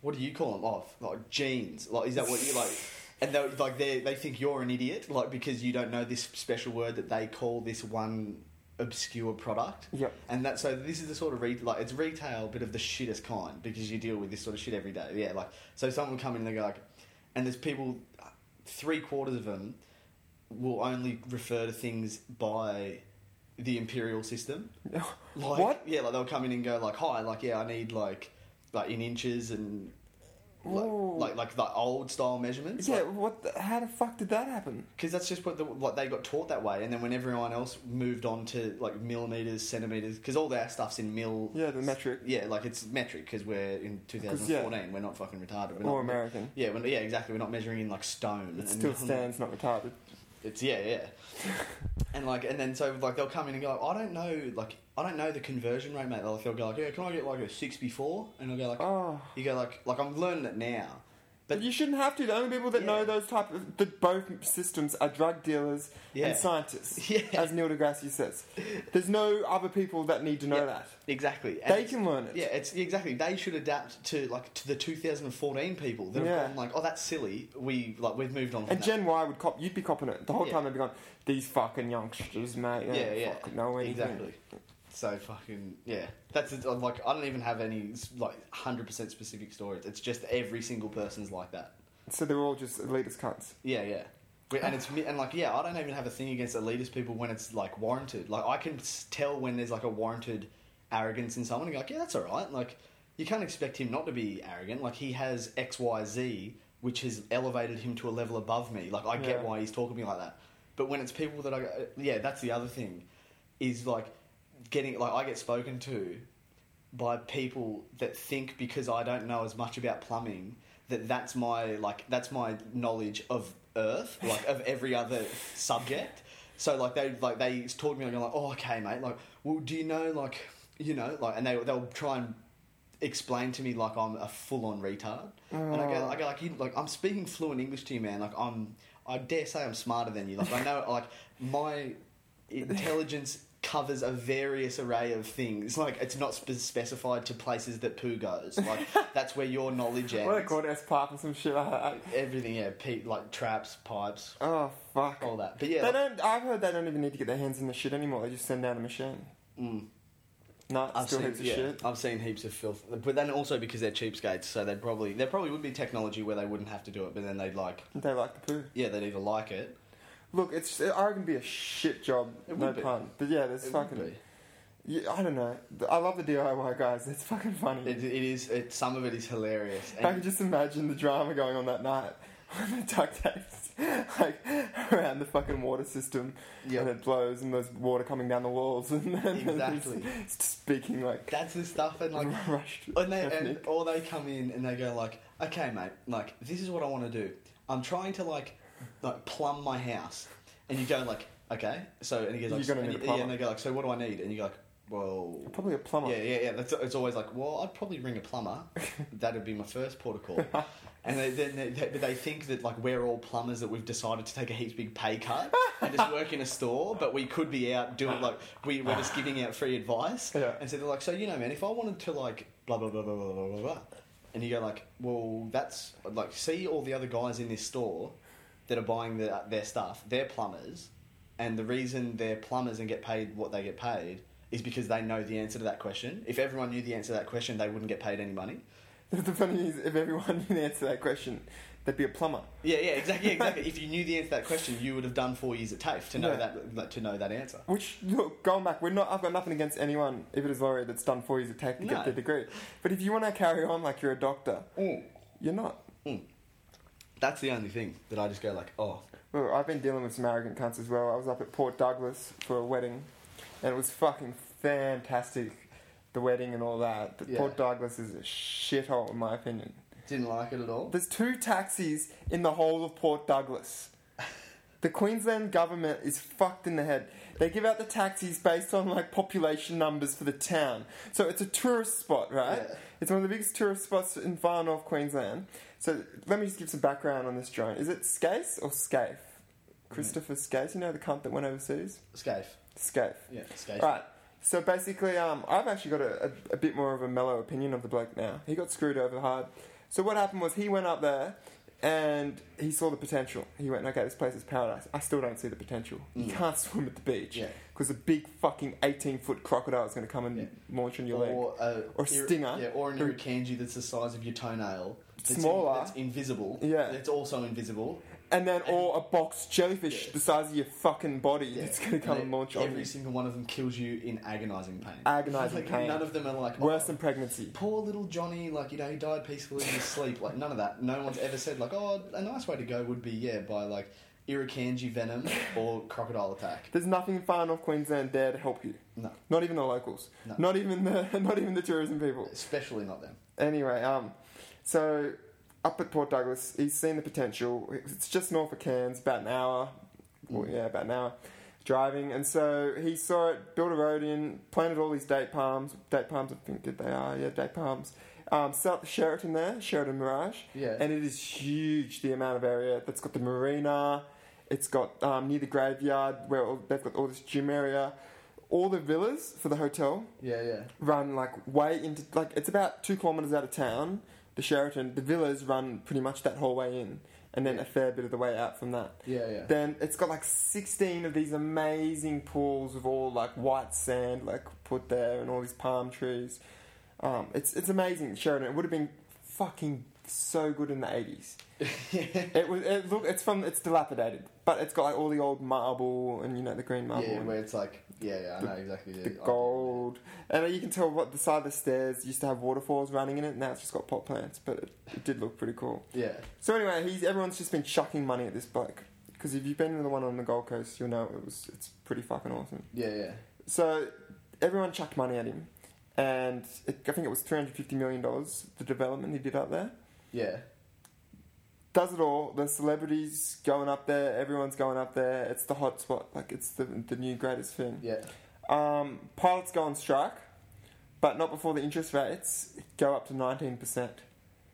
[SPEAKER 2] what do you call them? Off like jeans? Like is that what you like? And they like they they think you're an idiot like because you don't know this special word that they call this one obscure product.
[SPEAKER 1] Yep.
[SPEAKER 2] And that so this is the sort of re- like it's retail, but of the shittest kind because you deal with this sort of shit every day. Yeah, like so someone will come in and they go like, and there's people, three quarters of them will only refer to things by the imperial system. Like,
[SPEAKER 1] what?
[SPEAKER 2] Yeah, like they'll come in and go like, "Hi, like yeah, I need like like in inches and like
[SPEAKER 1] Ooh.
[SPEAKER 2] like, like the old style measurements."
[SPEAKER 1] Yeah, what? The, how the fuck did that happen?
[SPEAKER 2] because that's just what the, what they got taught that way, and then when everyone else moved on to like millimeters, centimeters, because all our stuff's in mil.
[SPEAKER 1] Yeah, the metric.
[SPEAKER 2] Yeah, like it's metric because we're in 2014. We're not fucking retarded. We're
[SPEAKER 1] Or
[SPEAKER 2] not,
[SPEAKER 1] American.
[SPEAKER 2] Yeah, we're, yeah, exactly. We're not measuring in like stone.
[SPEAKER 1] It
[SPEAKER 2] and-
[SPEAKER 1] still stands, not retarded.
[SPEAKER 2] It's yeah, yeah. and like, and then so like they'll come in and go, I don't know, like I don't know the conversion rate, mate. Like they'll go like, yeah, can I get like a six before? And I'll go like,
[SPEAKER 1] Oh.
[SPEAKER 2] you go like, like I'm learning it now, but
[SPEAKER 1] But you shouldn't have to. The only people that
[SPEAKER 2] Yeah.
[SPEAKER 1] know those type of that both systems are drug dealers
[SPEAKER 2] Yeah.
[SPEAKER 1] and scientists,
[SPEAKER 2] Yeah.
[SPEAKER 1] as Neil deGrasse says. There's no other people that need to know
[SPEAKER 2] Yeah.
[SPEAKER 1] that.
[SPEAKER 2] exactly, And
[SPEAKER 1] They
[SPEAKER 2] it's-
[SPEAKER 1] can learn it.
[SPEAKER 2] Yeah, it's exactly. They should adapt to like to the 2014 people that have
[SPEAKER 1] Yeah.
[SPEAKER 2] gone like, oh, that's silly. We like we've moved on. From
[SPEAKER 1] And
[SPEAKER 2] that.
[SPEAKER 1] Gen Y would cop. You'd be copping it the whole
[SPEAKER 2] Yeah.
[SPEAKER 1] time. They'd be going, "These fucking youngsters, mate. they
[SPEAKER 2] yeah,
[SPEAKER 1] don't
[SPEAKER 2] yeah,
[SPEAKER 1] fucking know anything."
[SPEAKER 2] exactly. So fucking yeah. That's it. I'm like I don't even have any like 100 percent specific stories. It's just every single person's like that.
[SPEAKER 1] So they're all just elitist cunts.
[SPEAKER 2] Yeah, yeah. We- And it's mi- and like yeah, I don't even have a thing against elitist people when it's like warranted. Like I can s- tell when there's like a warranted arrogance in someone. And go like yeah, that's all right. Like you can't expect him not to be arrogant. Like he has X, Y, Z, which has elevated him to a level above me. Like I get
[SPEAKER 1] Yeah.
[SPEAKER 2] why he's talking to me like that. But when it's people that I go, uh, yeah, that's the other thing, is like getting like I get spoken to by people that think because I don't know as much about plumbing that that's my like that's my knowledge of earth like of every other subject so like they like they taught me like, like oh okay mate like well do you know like you know like and they they'll try and explain to me like I'm a full on retard and I go, I go like you like I'm speaking fluent English to you man like I'm I dare say I'm smarter than you like I know like my intelligence covers a various array of things. Like it's not spe- specified to places that poo goes. Like that's where your knowledge
[SPEAKER 1] What are they
[SPEAKER 2] ends.
[SPEAKER 1] called? S pipe or some shit like that.
[SPEAKER 2] Everything, yeah, pe- like traps, pipes,
[SPEAKER 1] Oh fuck.
[SPEAKER 2] all that. But yeah,
[SPEAKER 1] They
[SPEAKER 2] like,
[SPEAKER 1] don't. I've heard they don't even need to get their hands in the shit anymore. They just send out a machine.
[SPEAKER 2] Mm.
[SPEAKER 1] No, it's
[SPEAKER 2] I've
[SPEAKER 1] still
[SPEAKER 2] seen,
[SPEAKER 1] heaps of
[SPEAKER 2] yeah,
[SPEAKER 1] shit.
[SPEAKER 2] I've seen heaps of filth. But then also because they're cheapskates, so they probably there probably would be technology where they wouldn't have to do it, but then they'd like
[SPEAKER 1] They like the poo.
[SPEAKER 2] yeah, they'd either like it.
[SPEAKER 1] Look, it's I reckon it'd be a shit job.
[SPEAKER 2] It
[SPEAKER 1] no
[SPEAKER 2] would be.
[SPEAKER 1] pun. But yeah, there's
[SPEAKER 2] It would
[SPEAKER 1] fucking.
[SPEAKER 2] be.
[SPEAKER 1] Yeah, I don't know. I love the DIY guys. It's fucking funny.
[SPEAKER 2] It, it is. It, some of it is hilarious.
[SPEAKER 1] I can just imagine the drama going on that night when the duct tapes like around the fucking water system
[SPEAKER 2] Yep.
[SPEAKER 1] and it blows and there's water coming down the walls and then
[SPEAKER 2] Exactly.
[SPEAKER 1] it's speaking like
[SPEAKER 2] that's the stuff, and like
[SPEAKER 1] rushed.
[SPEAKER 2] And they and,
[SPEAKER 1] ethnic.
[SPEAKER 2] or they come in and they go like, okay, mate, like this is what I want to do. I'm trying to like like plumb my house, and you go like, okay, so and he goes like,
[SPEAKER 1] You're gonna
[SPEAKER 2] and,
[SPEAKER 1] need
[SPEAKER 2] you-
[SPEAKER 1] a plumber.
[SPEAKER 2] yeah, and they go like, so what do I need? And you go like, well,
[SPEAKER 1] Probably a plumber.
[SPEAKER 2] yeah, yeah, yeah. That's, it's always like, well, I'd probably ring a plumber. That'd be my first port of call. and they, then they, they, they think that like we're all plumbers that we've decided to take a heaps big pay cut and just work in a store, but we could be out doing like we, we're just giving out free advice.
[SPEAKER 1] Yeah.
[SPEAKER 2] And so they're like, so you know, man, if I wanted to like blah blah blah blah blah blah blah blah, and you go like, well, that's like see all the other guys in this store that are buying the, their stuff. They're plumbers, and the reason they're plumbers and get paid what they get paid is because they know the answer to that question. If everyone knew the answer to that question, they wouldn't get paid any money.
[SPEAKER 1] The funny is, if everyone knew the answer to that question, they'd be a plumber.
[SPEAKER 2] Yeah, yeah, exactly, yeah, exactly. if you knew the answer to that question, you would have done four years at TAFE to know
[SPEAKER 1] Yeah.
[SPEAKER 2] that like, to know that answer.
[SPEAKER 1] Which look, going back, we're not. I've got nothing against anyone if it is lawyer that's done four years of tech to
[SPEAKER 2] No.
[SPEAKER 1] get their degree. But if you want to carry on like you're a doctor,
[SPEAKER 2] Mm.
[SPEAKER 1] you're not.
[SPEAKER 2] That's the only thing that I just go like, oh,
[SPEAKER 1] Well, I've been dealing with some arrogant cunts as well. I was up at Port Douglas for a wedding, and it was fucking fantastic. The wedding and all that. But
[SPEAKER 2] Yeah.
[SPEAKER 1] Port Douglas is a shithole, in my opinion.
[SPEAKER 2] didn't like it at all.
[SPEAKER 1] There's two taxis in the whole of Port Douglas. The Queensland government is fucked in the head. They give out the taxis based on like population numbers for the town. So it's a tourist spot, right?
[SPEAKER 2] Yeah.
[SPEAKER 1] It's one of the biggest tourist spots in far north Queensland. So let me just give some background on this drone. Is it Scaife or Scaife? Christopher Scaife, you know the cunt that went overseas?
[SPEAKER 2] Scaife,
[SPEAKER 1] Scaife.
[SPEAKER 2] yeah, Scaife.
[SPEAKER 1] Right. So basically, um, I've actually got a, a, a bit more of a mellow opinion of the bloke now. He got screwed over hard. So what happened was he went up there. And he saw the potential. He went, okay, this place is paradise. I still don't see the potential. You
[SPEAKER 2] Mm.
[SPEAKER 1] can't swim at the beach
[SPEAKER 2] Yeah.
[SPEAKER 1] because a big fucking 18 foot crocodile is going to come and
[SPEAKER 2] Yeah.
[SPEAKER 1] launch on your leg.
[SPEAKER 2] Or a
[SPEAKER 1] Or stinger.
[SPEAKER 2] Yeah, or an
[SPEAKER 1] Or-
[SPEAKER 2] irukandji that's the size of your toenail. That's
[SPEAKER 1] Smaller.
[SPEAKER 2] that's invisible.
[SPEAKER 1] Yeah.
[SPEAKER 2] It's also invisible.
[SPEAKER 1] And then, or a box jellyfish
[SPEAKER 2] Yeah.
[SPEAKER 1] the size of your fucking body
[SPEAKER 2] Yeah.
[SPEAKER 1] that's going to come
[SPEAKER 2] they-
[SPEAKER 1] and launch on
[SPEAKER 2] Every
[SPEAKER 1] you.
[SPEAKER 2] single one of them kills you in agonising pain.
[SPEAKER 1] Agonizing
[SPEAKER 2] Like,
[SPEAKER 1] pain.
[SPEAKER 2] None of them are like oh,
[SPEAKER 1] Worse than pregnancy.
[SPEAKER 2] poor little Johnny. Like you know, he died peacefully in his sleep. Like none of that. No one's ever said like, oh, a nice way to go would be yeah by like irukandji venom or crocodile attack.
[SPEAKER 1] There's nothing in far north Queensland there to help you.
[SPEAKER 2] No,
[SPEAKER 1] Not even the locals.
[SPEAKER 2] No.
[SPEAKER 1] Not even the not even the tourism people.
[SPEAKER 2] especially not them.
[SPEAKER 1] Anyway, um, so up at Port Douglas, he's seen the potential. It's just north of Cairns, about an hour. Well,
[SPEAKER 2] Mm.
[SPEAKER 1] yeah, about an hour driving. And so he saw it, built a road in, planted all these date palms. Date palms, I think, did they are? Yeah, date palms. Um, south Sheraton there, Sheraton Mirage.
[SPEAKER 2] Yeah.
[SPEAKER 1] And it is huge, the amount of area that's got the marina. It's got um, near the graveyard where all, they've got all this gym area. All the villas for the hotel
[SPEAKER 2] yeah, yeah.
[SPEAKER 1] run like way into like it's about two kilometers out of town. The Sheraton, the villas run pretty much that whole way in, and then a fair bit of the way out from that.
[SPEAKER 2] Yeah, yeah.
[SPEAKER 1] Then it's got like sixteen of these amazing pools of all like white sand like put there, and all these palm trees. Um, it's it's amazing Sheraton. It would have been fucking so good in the eighties. It was it look it's from it's dilapidated, but it's got like all the old marble and you know the green marble.
[SPEAKER 2] yeah,
[SPEAKER 1] and-
[SPEAKER 2] where it's like, yeah, yeah, I know exactly.
[SPEAKER 1] the
[SPEAKER 2] idea.
[SPEAKER 1] gold. And uh, you can tell what the side of the stairs used to have waterfalls running in it. Now it's just got pot plants, but it, it did look pretty cool.
[SPEAKER 2] Yeah,
[SPEAKER 1] So anyway, he's everyone's just been chucking money at this bloke because if you've been to the one on the Gold Coast, you'll know it was it's pretty fucking awesome.
[SPEAKER 2] yeah, yeah.
[SPEAKER 1] So everyone chucked money at him, and it, I think it was three hundred fifty million dollars the development he did up there.
[SPEAKER 2] Yeah,
[SPEAKER 1] Does it all? The celebrities going up there, everyone's going up there. It's the hot spot, like it's the the new greatest thing.
[SPEAKER 2] yeah,
[SPEAKER 1] Um, pilots go on strike, but not before the interest rates go up to 19%.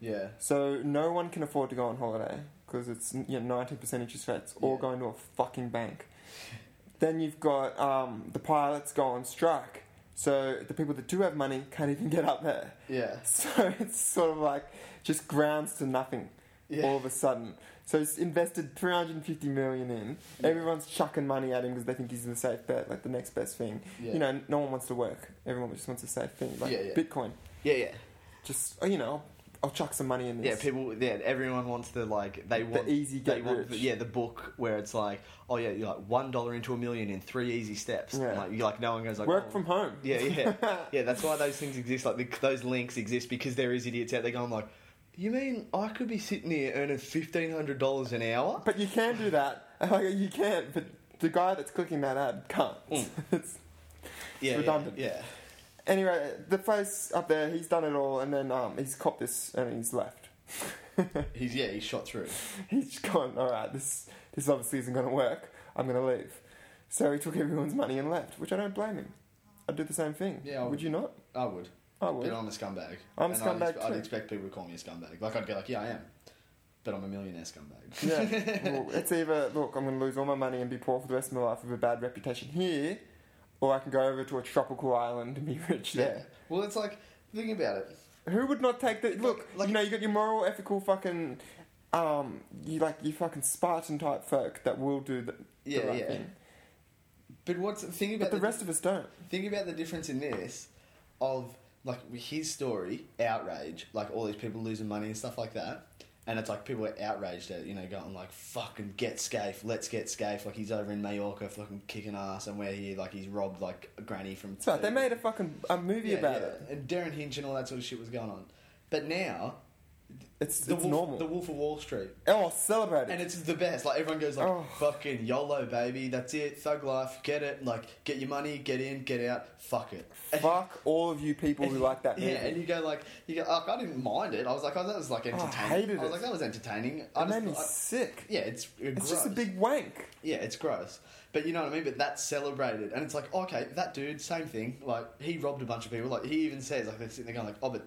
[SPEAKER 2] yeah,
[SPEAKER 1] So no one can afford to go on holiday because it's you know, 19% interest rates or
[SPEAKER 2] Yeah.
[SPEAKER 1] going to a fucking bank. then you've got um, the pilots go on strike. So the people that do have money can't even get up there.
[SPEAKER 2] yeah,
[SPEAKER 1] So it's sort of like just grounds to nothing
[SPEAKER 2] yeah.
[SPEAKER 1] all of a sudden. So he's invested 350 million in.
[SPEAKER 2] Yeah.
[SPEAKER 1] Everyone's chucking money at him because they think he's the safe bet, like the next best thing
[SPEAKER 2] yeah.
[SPEAKER 1] you know, no one wants to work. Everyone just wants a safe thing, like
[SPEAKER 2] Yeah, yeah.
[SPEAKER 1] Bitcoin.
[SPEAKER 2] yeah, yeah,
[SPEAKER 1] Just oh, you know, I'll chuck some money in
[SPEAKER 2] yeah.
[SPEAKER 1] this.
[SPEAKER 2] People, yeah, everyone wants the like they
[SPEAKER 1] the
[SPEAKER 2] want.
[SPEAKER 1] easy
[SPEAKER 2] they
[SPEAKER 1] get
[SPEAKER 2] want,
[SPEAKER 1] rich.
[SPEAKER 2] the, yeah, the book where it's like, oh yeah, you're like one dollar into a million in three easy steps.
[SPEAKER 1] Yeah.
[SPEAKER 2] Like, you like no one goes like
[SPEAKER 1] work
[SPEAKER 2] oh.
[SPEAKER 1] from home.
[SPEAKER 2] Yeah, yeah, yeah. That's why those things exist. Like the, those links exist because there is idiots out there going like, you mean I could be sitting here earning fifteen hundred dollars an hour?
[SPEAKER 1] But you can do that. Like, you can, but the guy that's clicking that ad can't.
[SPEAKER 2] Mm.
[SPEAKER 1] It's-
[SPEAKER 2] Yeah, yeah,
[SPEAKER 1] redundant.
[SPEAKER 2] Yeah,
[SPEAKER 1] anyway, the place up there, he's done it all, and then um, he's copped this, and he's left.
[SPEAKER 2] he's yeah, he's shot through.
[SPEAKER 1] he's just gone. All right, this this obviously isn't going to work. I'm going to leave. So he took everyone's money and left, which I don't blame him. I'd do the same thing.
[SPEAKER 2] Yeah, I
[SPEAKER 1] would
[SPEAKER 2] would.
[SPEAKER 1] you not?
[SPEAKER 2] I would,
[SPEAKER 1] I would.
[SPEAKER 2] but I'm a scumbag.
[SPEAKER 1] I'm a
[SPEAKER 2] And
[SPEAKER 1] scumbag
[SPEAKER 2] I'd, ex- I'd
[SPEAKER 1] too.
[SPEAKER 2] expect people to call me a scumbag. Like I'd be like, yeah, I am, but I'm a millionaire scumbag.
[SPEAKER 1] Yeah. well, it's either look, I'm going to lose all my money and be poor for the rest of my life with a bad reputation here, or I can go over to a tropical island and be rich
[SPEAKER 2] Yeah.
[SPEAKER 1] there.
[SPEAKER 2] Well, it's like think about it.
[SPEAKER 1] Who would not take the look?
[SPEAKER 2] Like-
[SPEAKER 1] you know, you got your moral, ethical, fucking, um, you like you fucking Spartan type folk that will do the,
[SPEAKER 2] Yeah,
[SPEAKER 1] the right
[SPEAKER 2] yeah.
[SPEAKER 1] thing,
[SPEAKER 2] But what's think about
[SPEAKER 1] but the rest of us don't.
[SPEAKER 2] Think about the difference in this of like his story, outrage, like all these people losing money and stuff like that. And it's like people are outraged at it, you know, going like, fucking get Scafe, let's get Scafe. Like he's over in Mallorca fucking kicking ass and where he like he's robbed like a granny from.
[SPEAKER 1] So they made a fucking a movie about it.
[SPEAKER 2] And Darren Hinch and all that sort of shit was going on. But now,
[SPEAKER 1] It's
[SPEAKER 2] the,
[SPEAKER 1] it's
[SPEAKER 2] Wolf,
[SPEAKER 1] normal.
[SPEAKER 2] the Wolf of Wall Street.
[SPEAKER 1] oh, celebrate
[SPEAKER 2] And
[SPEAKER 1] it.
[SPEAKER 2] it's the best. Like everyone goes like,
[SPEAKER 1] Oh.
[SPEAKER 2] "Fucking YOLO, baby. That's it. Thug life. Get it. Like, get your money. Get in. Get out. Fuck it."
[SPEAKER 1] Fuck all of you people who like that movie.
[SPEAKER 2] Yeah, and you go like, you go. Like, I didn't mind it. I was like, "Oh, that was like
[SPEAKER 1] I
[SPEAKER 2] entertaining."
[SPEAKER 1] hated
[SPEAKER 2] was
[SPEAKER 1] it.
[SPEAKER 2] like, "That was entertaining." I
[SPEAKER 1] it
[SPEAKER 2] just,
[SPEAKER 1] made me
[SPEAKER 2] I-
[SPEAKER 1] sick.
[SPEAKER 2] yeah, it's it's
[SPEAKER 1] It's
[SPEAKER 2] gross.
[SPEAKER 1] just a big wank.
[SPEAKER 2] yeah, it's gross. But you know what I mean. But that's celebrated, and it's like, okay, that dude, same thing. Like he robbed a bunch of people. Like he even says, like they're sitting there going like, "Oh, but."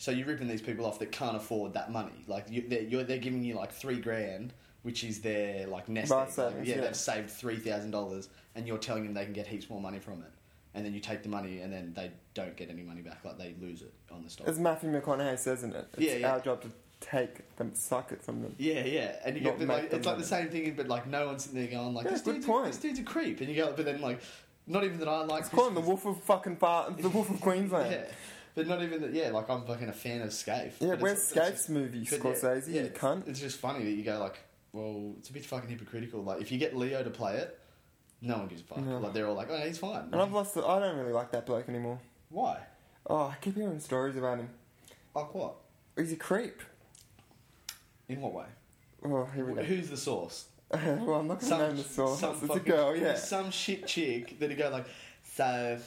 [SPEAKER 2] So you're ripping these people off that can't afford that money. Like you, they're, you're, they're giving you like three grand, which is their like nest.
[SPEAKER 1] Life
[SPEAKER 2] egg.
[SPEAKER 1] savings,
[SPEAKER 2] yeah,
[SPEAKER 1] yeah.
[SPEAKER 2] they've saved three thousand dollars, and you're telling them they can get heaps more money from it. And then you take the money, and then they don't get any money back. Like they lose it on the stock.
[SPEAKER 1] As Matthew McConaughey says in it, it's
[SPEAKER 2] Yeah, yeah.
[SPEAKER 1] our job to take them, suck it from them.
[SPEAKER 2] Yeah, yeah, and you
[SPEAKER 1] Not
[SPEAKER 2] get but
[SPEAKER 1] make
[SPEAKER 2] like
[SPEAKER 1] them
[SPEAKER 2] it's like the
[SPEAKER 1] money.
[SPEAKER 2] same thing, but like no one's sitting there going like
[SPEAKER 1] Yeah,
[SPEAKER 2] this,
[SPEAKER 1] good
[SPEAKER 2] dude's
[SPEAKER 1] point.
[SPEAKER 2] A, this dude's a creep, and you go, but then like not even that I like.
[SPEAKER 1] It's called the Wolf of fucking Far, the Wolf of Queensland.
[SPEAKER 2] Yeah, but not even that. Yeah, like I'm fucking a fan of Scaife.
[SPEAKER 1] Yeah,
[SPEAKER 2] but
[SPEAKER 1] where's
[SPEAKER 2] it's- it's
[SPEAKER 1] Skate's movie,
[SPEAKER 2] But
[SPEAKER 1] Scorsese?
[SPEAKER 2] yeah,
[SPEAKER 1] You
[SPEAKER 2] yeah,
[SPEAKER 1] cunt.
[SPEAKER 2] It's just funny that you go like, well, it's a bit fucking hypocritical. Like if you get Leo to play it, no one gives a fuck.
[SPEAKER 1] No.
[SPEAKER 2] Like they're all like, oh, he's fine.
[SPEAKER 1] And I've lost. The, I don't really like that bloke anymore.
[SPEAKER 2] Why?
[SPEAKER 1] Oh, I keep hearing stories about him.
[SPEAKER 2] Like what?
[SPEAKER 1] He's a creep.
[SPEAKER 2] In what way?
[SPEAKER 1] Oh, here we go.
[SPEAKER 2] Who's the source?
[SPEAKER 1] well, I'm not going to name the source. It's a
[SPEAKER 2] fucking-
[SPEAKER 1] girl, yeah.
[SPEAKER 2] Some shit chick that'd go like, so.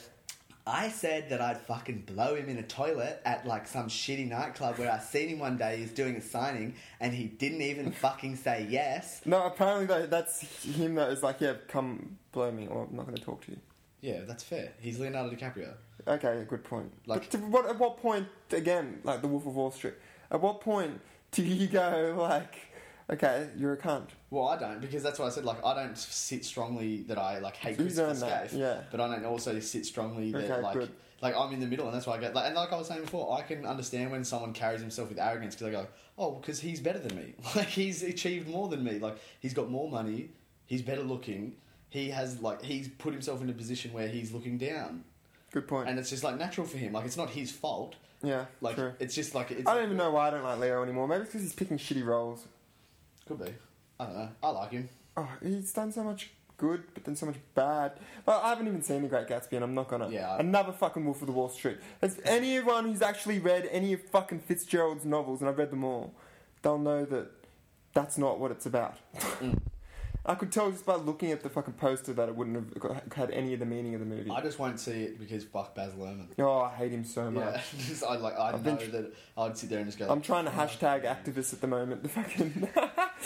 [SPEAKER 2] I said that I'd fucking blow him in a toilet at like some shitty nightclub where I seen him one day. He was doing a signing and he didn't even fucking say yes.
[SPEAKER 1] No, apparently that, that's him that is like, yeah, come blow me, or I'm not going to talk to you.
[SPEAKER 2] Yeah, that's fair. He's Leonardo DiCaprio.
[SPEAKER 1] Okay, good point.
[SPEAKER 2] Like-
[SPEAKER 1] Like, to what, at what point, again, like the Wolf of Wall Street, at what point do you go, like, okay, you're a cunt?
[SPEAKER 2] Well, I don't because that's why I said like I don't sit strongly that I like hate
[SPEAKER 1] You
[SPEAKER 2] Christopher
[SPEAKER 1] don't know,
[SPEAKER 2] Scaife,
[SPEAKER 1] yeah.
[SPEAKER 2] but I don't also sit strongly that
[SPEAKER 1] Okay,
[SPEAKER 2] like
[SPEAKER 1] good.
[SPEAKER 2] like I'm in the middle, and that's why I get like and like I was saying before, I can understand when someone carries himself with arrogance because I go, oh, because he's better than me, like he's achieved more than me, like he's got more money, he's better looking, he has like he's put himself in a position where he's looking down,
[SPEAKER 1] Good point.
[SPEAKER 2] and it's just like natural for him, like it's not his fault,
[SPEAKER 1] yeah,
[SPEAKER 2] like
[SPEAKER 1] true.
[SPEAKER 2] it's just like it's
[SPEAKER 1] I don't even know why I don't like Leo anymore. Maybe it's because he's picking shitty roles.
[SPEAKER 2] could be, I don't know, I like him.
[SPEAKER 1] Oh, he's done so much good, but then so much bad. But I haven't even seen The Great Gatsby, and I'm not gonna.
[SPEAKER 2] Yeah, I-
[SPEAKER 1] Another fucking Wolf of the Wall Street. As anyone who's actually read any of fucking Fitzgerald's novels, and I've read them all, they'll know that that's not what it's about.
[SPEAKER 2] Mm.
[SPEAKER 1] I could tell just by looking at the fucking poster that it wouldn't have got- had any of the meaning of the movie.
[SPEAKER 2] I just won't see it because fuck Baz Luhrmann.
[SPEAKER 1] Oh, I hate him so much.
[SPEAKER 2] Yeah, just, I like I
[SPEAKER 1] I've
[SPEAKER 2] know
[SPEAKER 1] been
[SPEAKER 2] that I'd sit there and just go.
[SPEAKER 1] I'm trying to hashtag activists at the moment. The fucking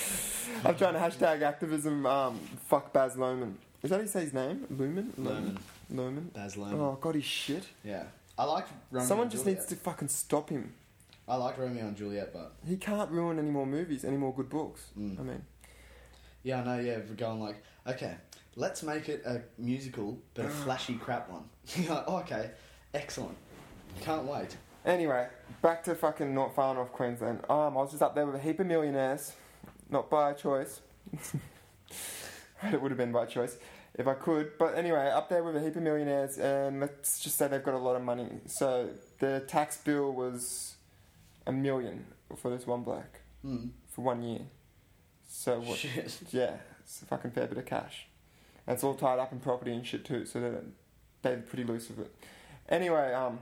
[SPEAKER 1] I'm trying to hashtag activism. Um, fuck Baz Luhrmann. Is that how you say his name? Lumen.
[SPEAKER 2] Luhrmann.
[SPEAKER 1] Lumen.
[SPEAKER 2] Baz Luhrmann.
[SPEAKER 1] Oh god, he's shit.
[SPEAKER 2] Yeah, I like Romeo.
[SPEAKER 1] Someone
[SPEAKER 2] and
[SPEAKER 1] just
[SPEAKER 2] Juliet.
[SPEAKER 1] needs to fucking stop him.
[SPEAKER 2] I like Romeo and Juliet, but
[SPEAKER 1] He can't ruin any more movies, any more good books.
[SPEAKER 2] Mm.
[SPEAKER 1] I mean,
[SPEAKER 2] yeah, I know. Yeah, we're going like, okay, let's make it a musical, but a flashy crap one. You're like, oh, okay, excellent. Can't wait.
[SPEAKER 1] anyway, back to fucking not far north Queensland. Um, I was just up there with a heap of millionaires, not by choice. it would have been by choice if I could, but anyway, up there with a heap of millionaires, and let's just say they've got a lot of money. So the tax bill was a million for this one bloke
[SPEAKER 2] Mm.
[SPEAKER 1] for one year. So Uh, what?
[SPEAKER 2] Shit.
[SPEAKER 1] Yeah, it's a fucking fair bit of cash. And it's all tied up in property and shit too, so they're, they're pretty loose with it. Anyway, um,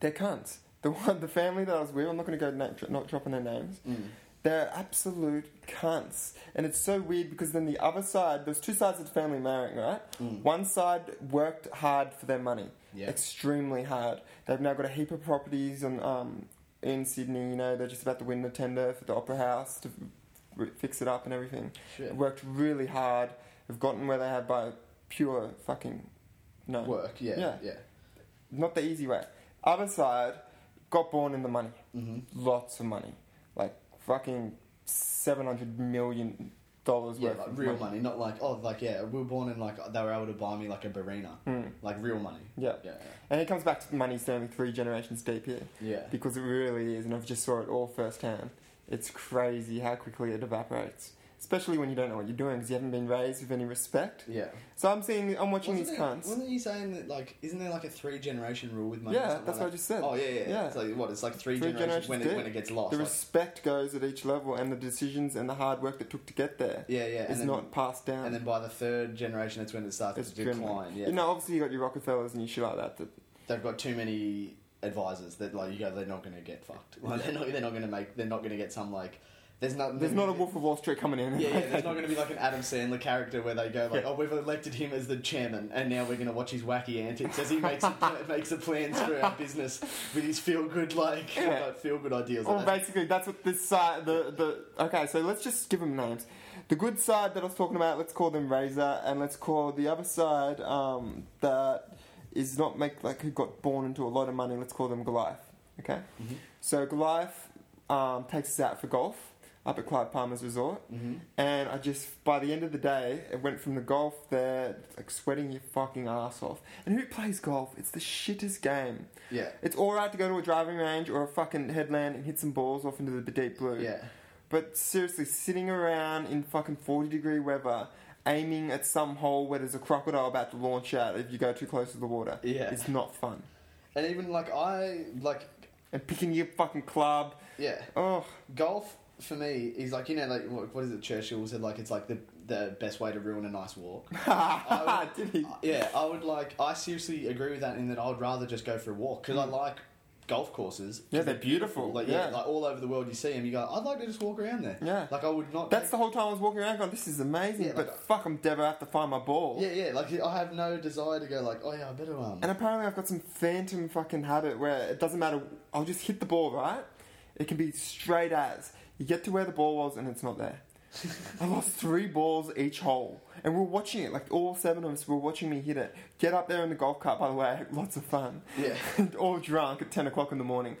[SPEAKER 1] they're cunts. The one, the family that I was with, I'm not going to go na- dro- not dropping their names.
[SPEAKER 2] Mm.
[SPEAKER 1] They're absolute cunts, and it's so weird because then the other side, there's two sides of the family marrying, right?
[SPEAKER 2] Mm.
[SPEAKER 1] One side worked hard for their money,
[SPEAKER 2] Yeah.
[SPEAKER 1] extremely hard. They've now got a heap of properties on, um, in Sydney. You know, they're just about to win the tender for the Opera House to f- fix it up and everything
[SPEAKER 2] Shit.
[SPEAKER 1] worked really hard, have gotten where they have by pure fucking no,
[SPEAKER 2] Work. Yeah. Yeah.
[SPEAKER 1] Yeah. not the easy way. Other side got born in the money,
[SPEAKER 2] hmm
[SPEAKER 1] lots of money, like fucking seven hundred million dollars
[SPEAKER 2] Yeah,
[SPEAKER 1] worth
[SPEAKER 2] like
[SPEAKER 1] of
[SPEAKER 2] real money. not like oh, like yeah, we were born in like they were able to buy me like a Barina,
[SPEAKER 1] Mm,
[SPEAKER 2] like real money.
[SPEAKER 1] yeah,
[SPEAKER 2] Yeah,
[SPEAKER 1] and it comes back to the money's only three generations deep here
[SPEAKER 2] yeah. yeah.
[SPEAKER 1] because it really is, and I've just saw it all firsthand. It's crazy how quickly it evaporates. Especially when you don't know what you're doing because you haven't been raised with any respect.
[SPEAKER 2] Yeah.
[SPEAKER 1] So I'm seeing, I'm watching
[SPEAKER 2] Wasn't
[SPEAKER 1] these
[SPEAKER 2] there-
[SPEAKER 1] cunts.
[SPEAKER 2] Wasn't you saying that like isn't there like a three generation rule with money? or
[SPEAKER 1] Yeah,
[SPEAKER 2] something
[SPEAKER 1] that's what I
[SPEAKER 2] like
[SPEAKER 1] just said.
[SPEAKER 2] that? Oh yeah, yeah. yeah.
[SPEAKER 1] Yeah.
[SPEAKER 2] It's like what? It's like three,
[SPEAKER 1] Three
[SPEAKER 2] generations, when it,
[SPEAKER 1] generations
[SPEAKER 2] when it gets lost.
[SPEAKER 1] The
[SPEAKER 2] like-
[SPEAKER 1] respect goes at each level, and the decisions and the hard work that took to get there is
[SPEAKER 2] yeah, yeah. And then,
[SPEAKER 1] not passed down.
[SPEAKER 2] And then by the third generation, that's when it starts
[SPEAKER 1] It's
[SPEAKER 2] to decline.
[SPEAKER 1] dwindling.
[SPEAKER 2] Yeah.
[SPEAKER 1] You know, obviously you got your Rockefellers and your shit like that. that
[SPEAKER 2] They've got too many advisors that like you go, they're not going to get fucked. Like, they're not. They're not going to make. They're not going to get some like. There's not.
[SPEAKER 1] there's not a Wolf of Wall Street coming in.
[SPEAKER 2] Yeah, yeah, there's not going to be like an Adam Sandler character where they go like,
[SPEAKER 1] Yeah.
[SPEAKER 2] "Oh, we've elected him as the chairman, and now we're going to watch his wacky antics as he makes a, makes a plans for our business with his feel good like,
[SPEAKER 1] Yeah.
[SPEAKER 2] like feel good ideas."
[SPEAKER 1] Well,
[SPEAKER 2] Like,
[SPEAKER 1] basically, that's what this side, the, the, okay, so let's just give them names. The good side that I was talking about, let's call them Razor, and let's call the other side, um, that is not make, like, who got born into a lot of money, let's call them Goliath, okay?
[SPEAKER 2] Mhm.
[SPEAKER 1] So Goliath, um, takes us out for golf. up at Clyde Palmer's Resort.
[SPEAKER 2] Mm-hmm.
[SPEAKER 1] And I just, by the end of the day, it went from the golf there, like sweating your fucking ass off. And who plays golf? It's the shittest game.
[SPEAKER 2] Yeah.
[SPEAKER 1] It's alright to go to a driving range or a fucking headland and hit some balls off into the deep blue.
[SPEAKER 2] Yeah.
[SPEAKER 1] But seriously, sitting around in fucking 40 degree weather, aiming at some hole where there's a crocodile about to launch out if you go too close to the water,
[SPEAKER 2] Yeah.
[SPEAKER 1] it's not fun.
[SPEAKER 2] And even like I like
[SPEAKER 1] And picking your fucking club,
[SPEAKER 2] yeah,
[SPEAKER 1] oh,
[SPEAKER 2] golf for me is like you know like what, what is it Churchill said like it's like the the best way to ruin a nice walk. I
[SPEAKER 1] Ah, did he?
[SPEAKER 2] Yeah, I would like I seriously agree with that in that I would rather just go for a walk because I like golf courses.
[SPEAKER 1] Mm. Yeah, they're beautiful.
[SPEAKER 2] Like yeah.
[SPEAKER 1] yeah.
[SPEAKER 2] like all over the world you see them. You go, I'd like to just walk around there.
[SPEAKER 1] Yeah.
[SPEAKER 2] like I would not.
[SPEAKER 1] That's the whole time I was walking around going, this is amazing,
[SPEAKER 2] Yeah,
[SPEAKER 1] but
[SPEAKER 2] like-
[SPEAKER 1] fuck, I'm dead, I have to find my ball.
[SPEAKER 2] yeah, yeah. Like I have no desire to go. Like oh yeah, I better um.
[SPEAKER 1] And apparently I've got some phantom fucking habit where it doesn't matter, I'll just hit the ball, right? It can be straight as. You get to where the ball was and it's not there. I lost three balls each hole. And we we're watching it, like all seven of us were watching me hit it. Get up there in the golf cart, by the way, lots of fun.
[SPEAKER 2] Yeah.
[SPEAKER 1] all drunk at 10 o'clock in the morning.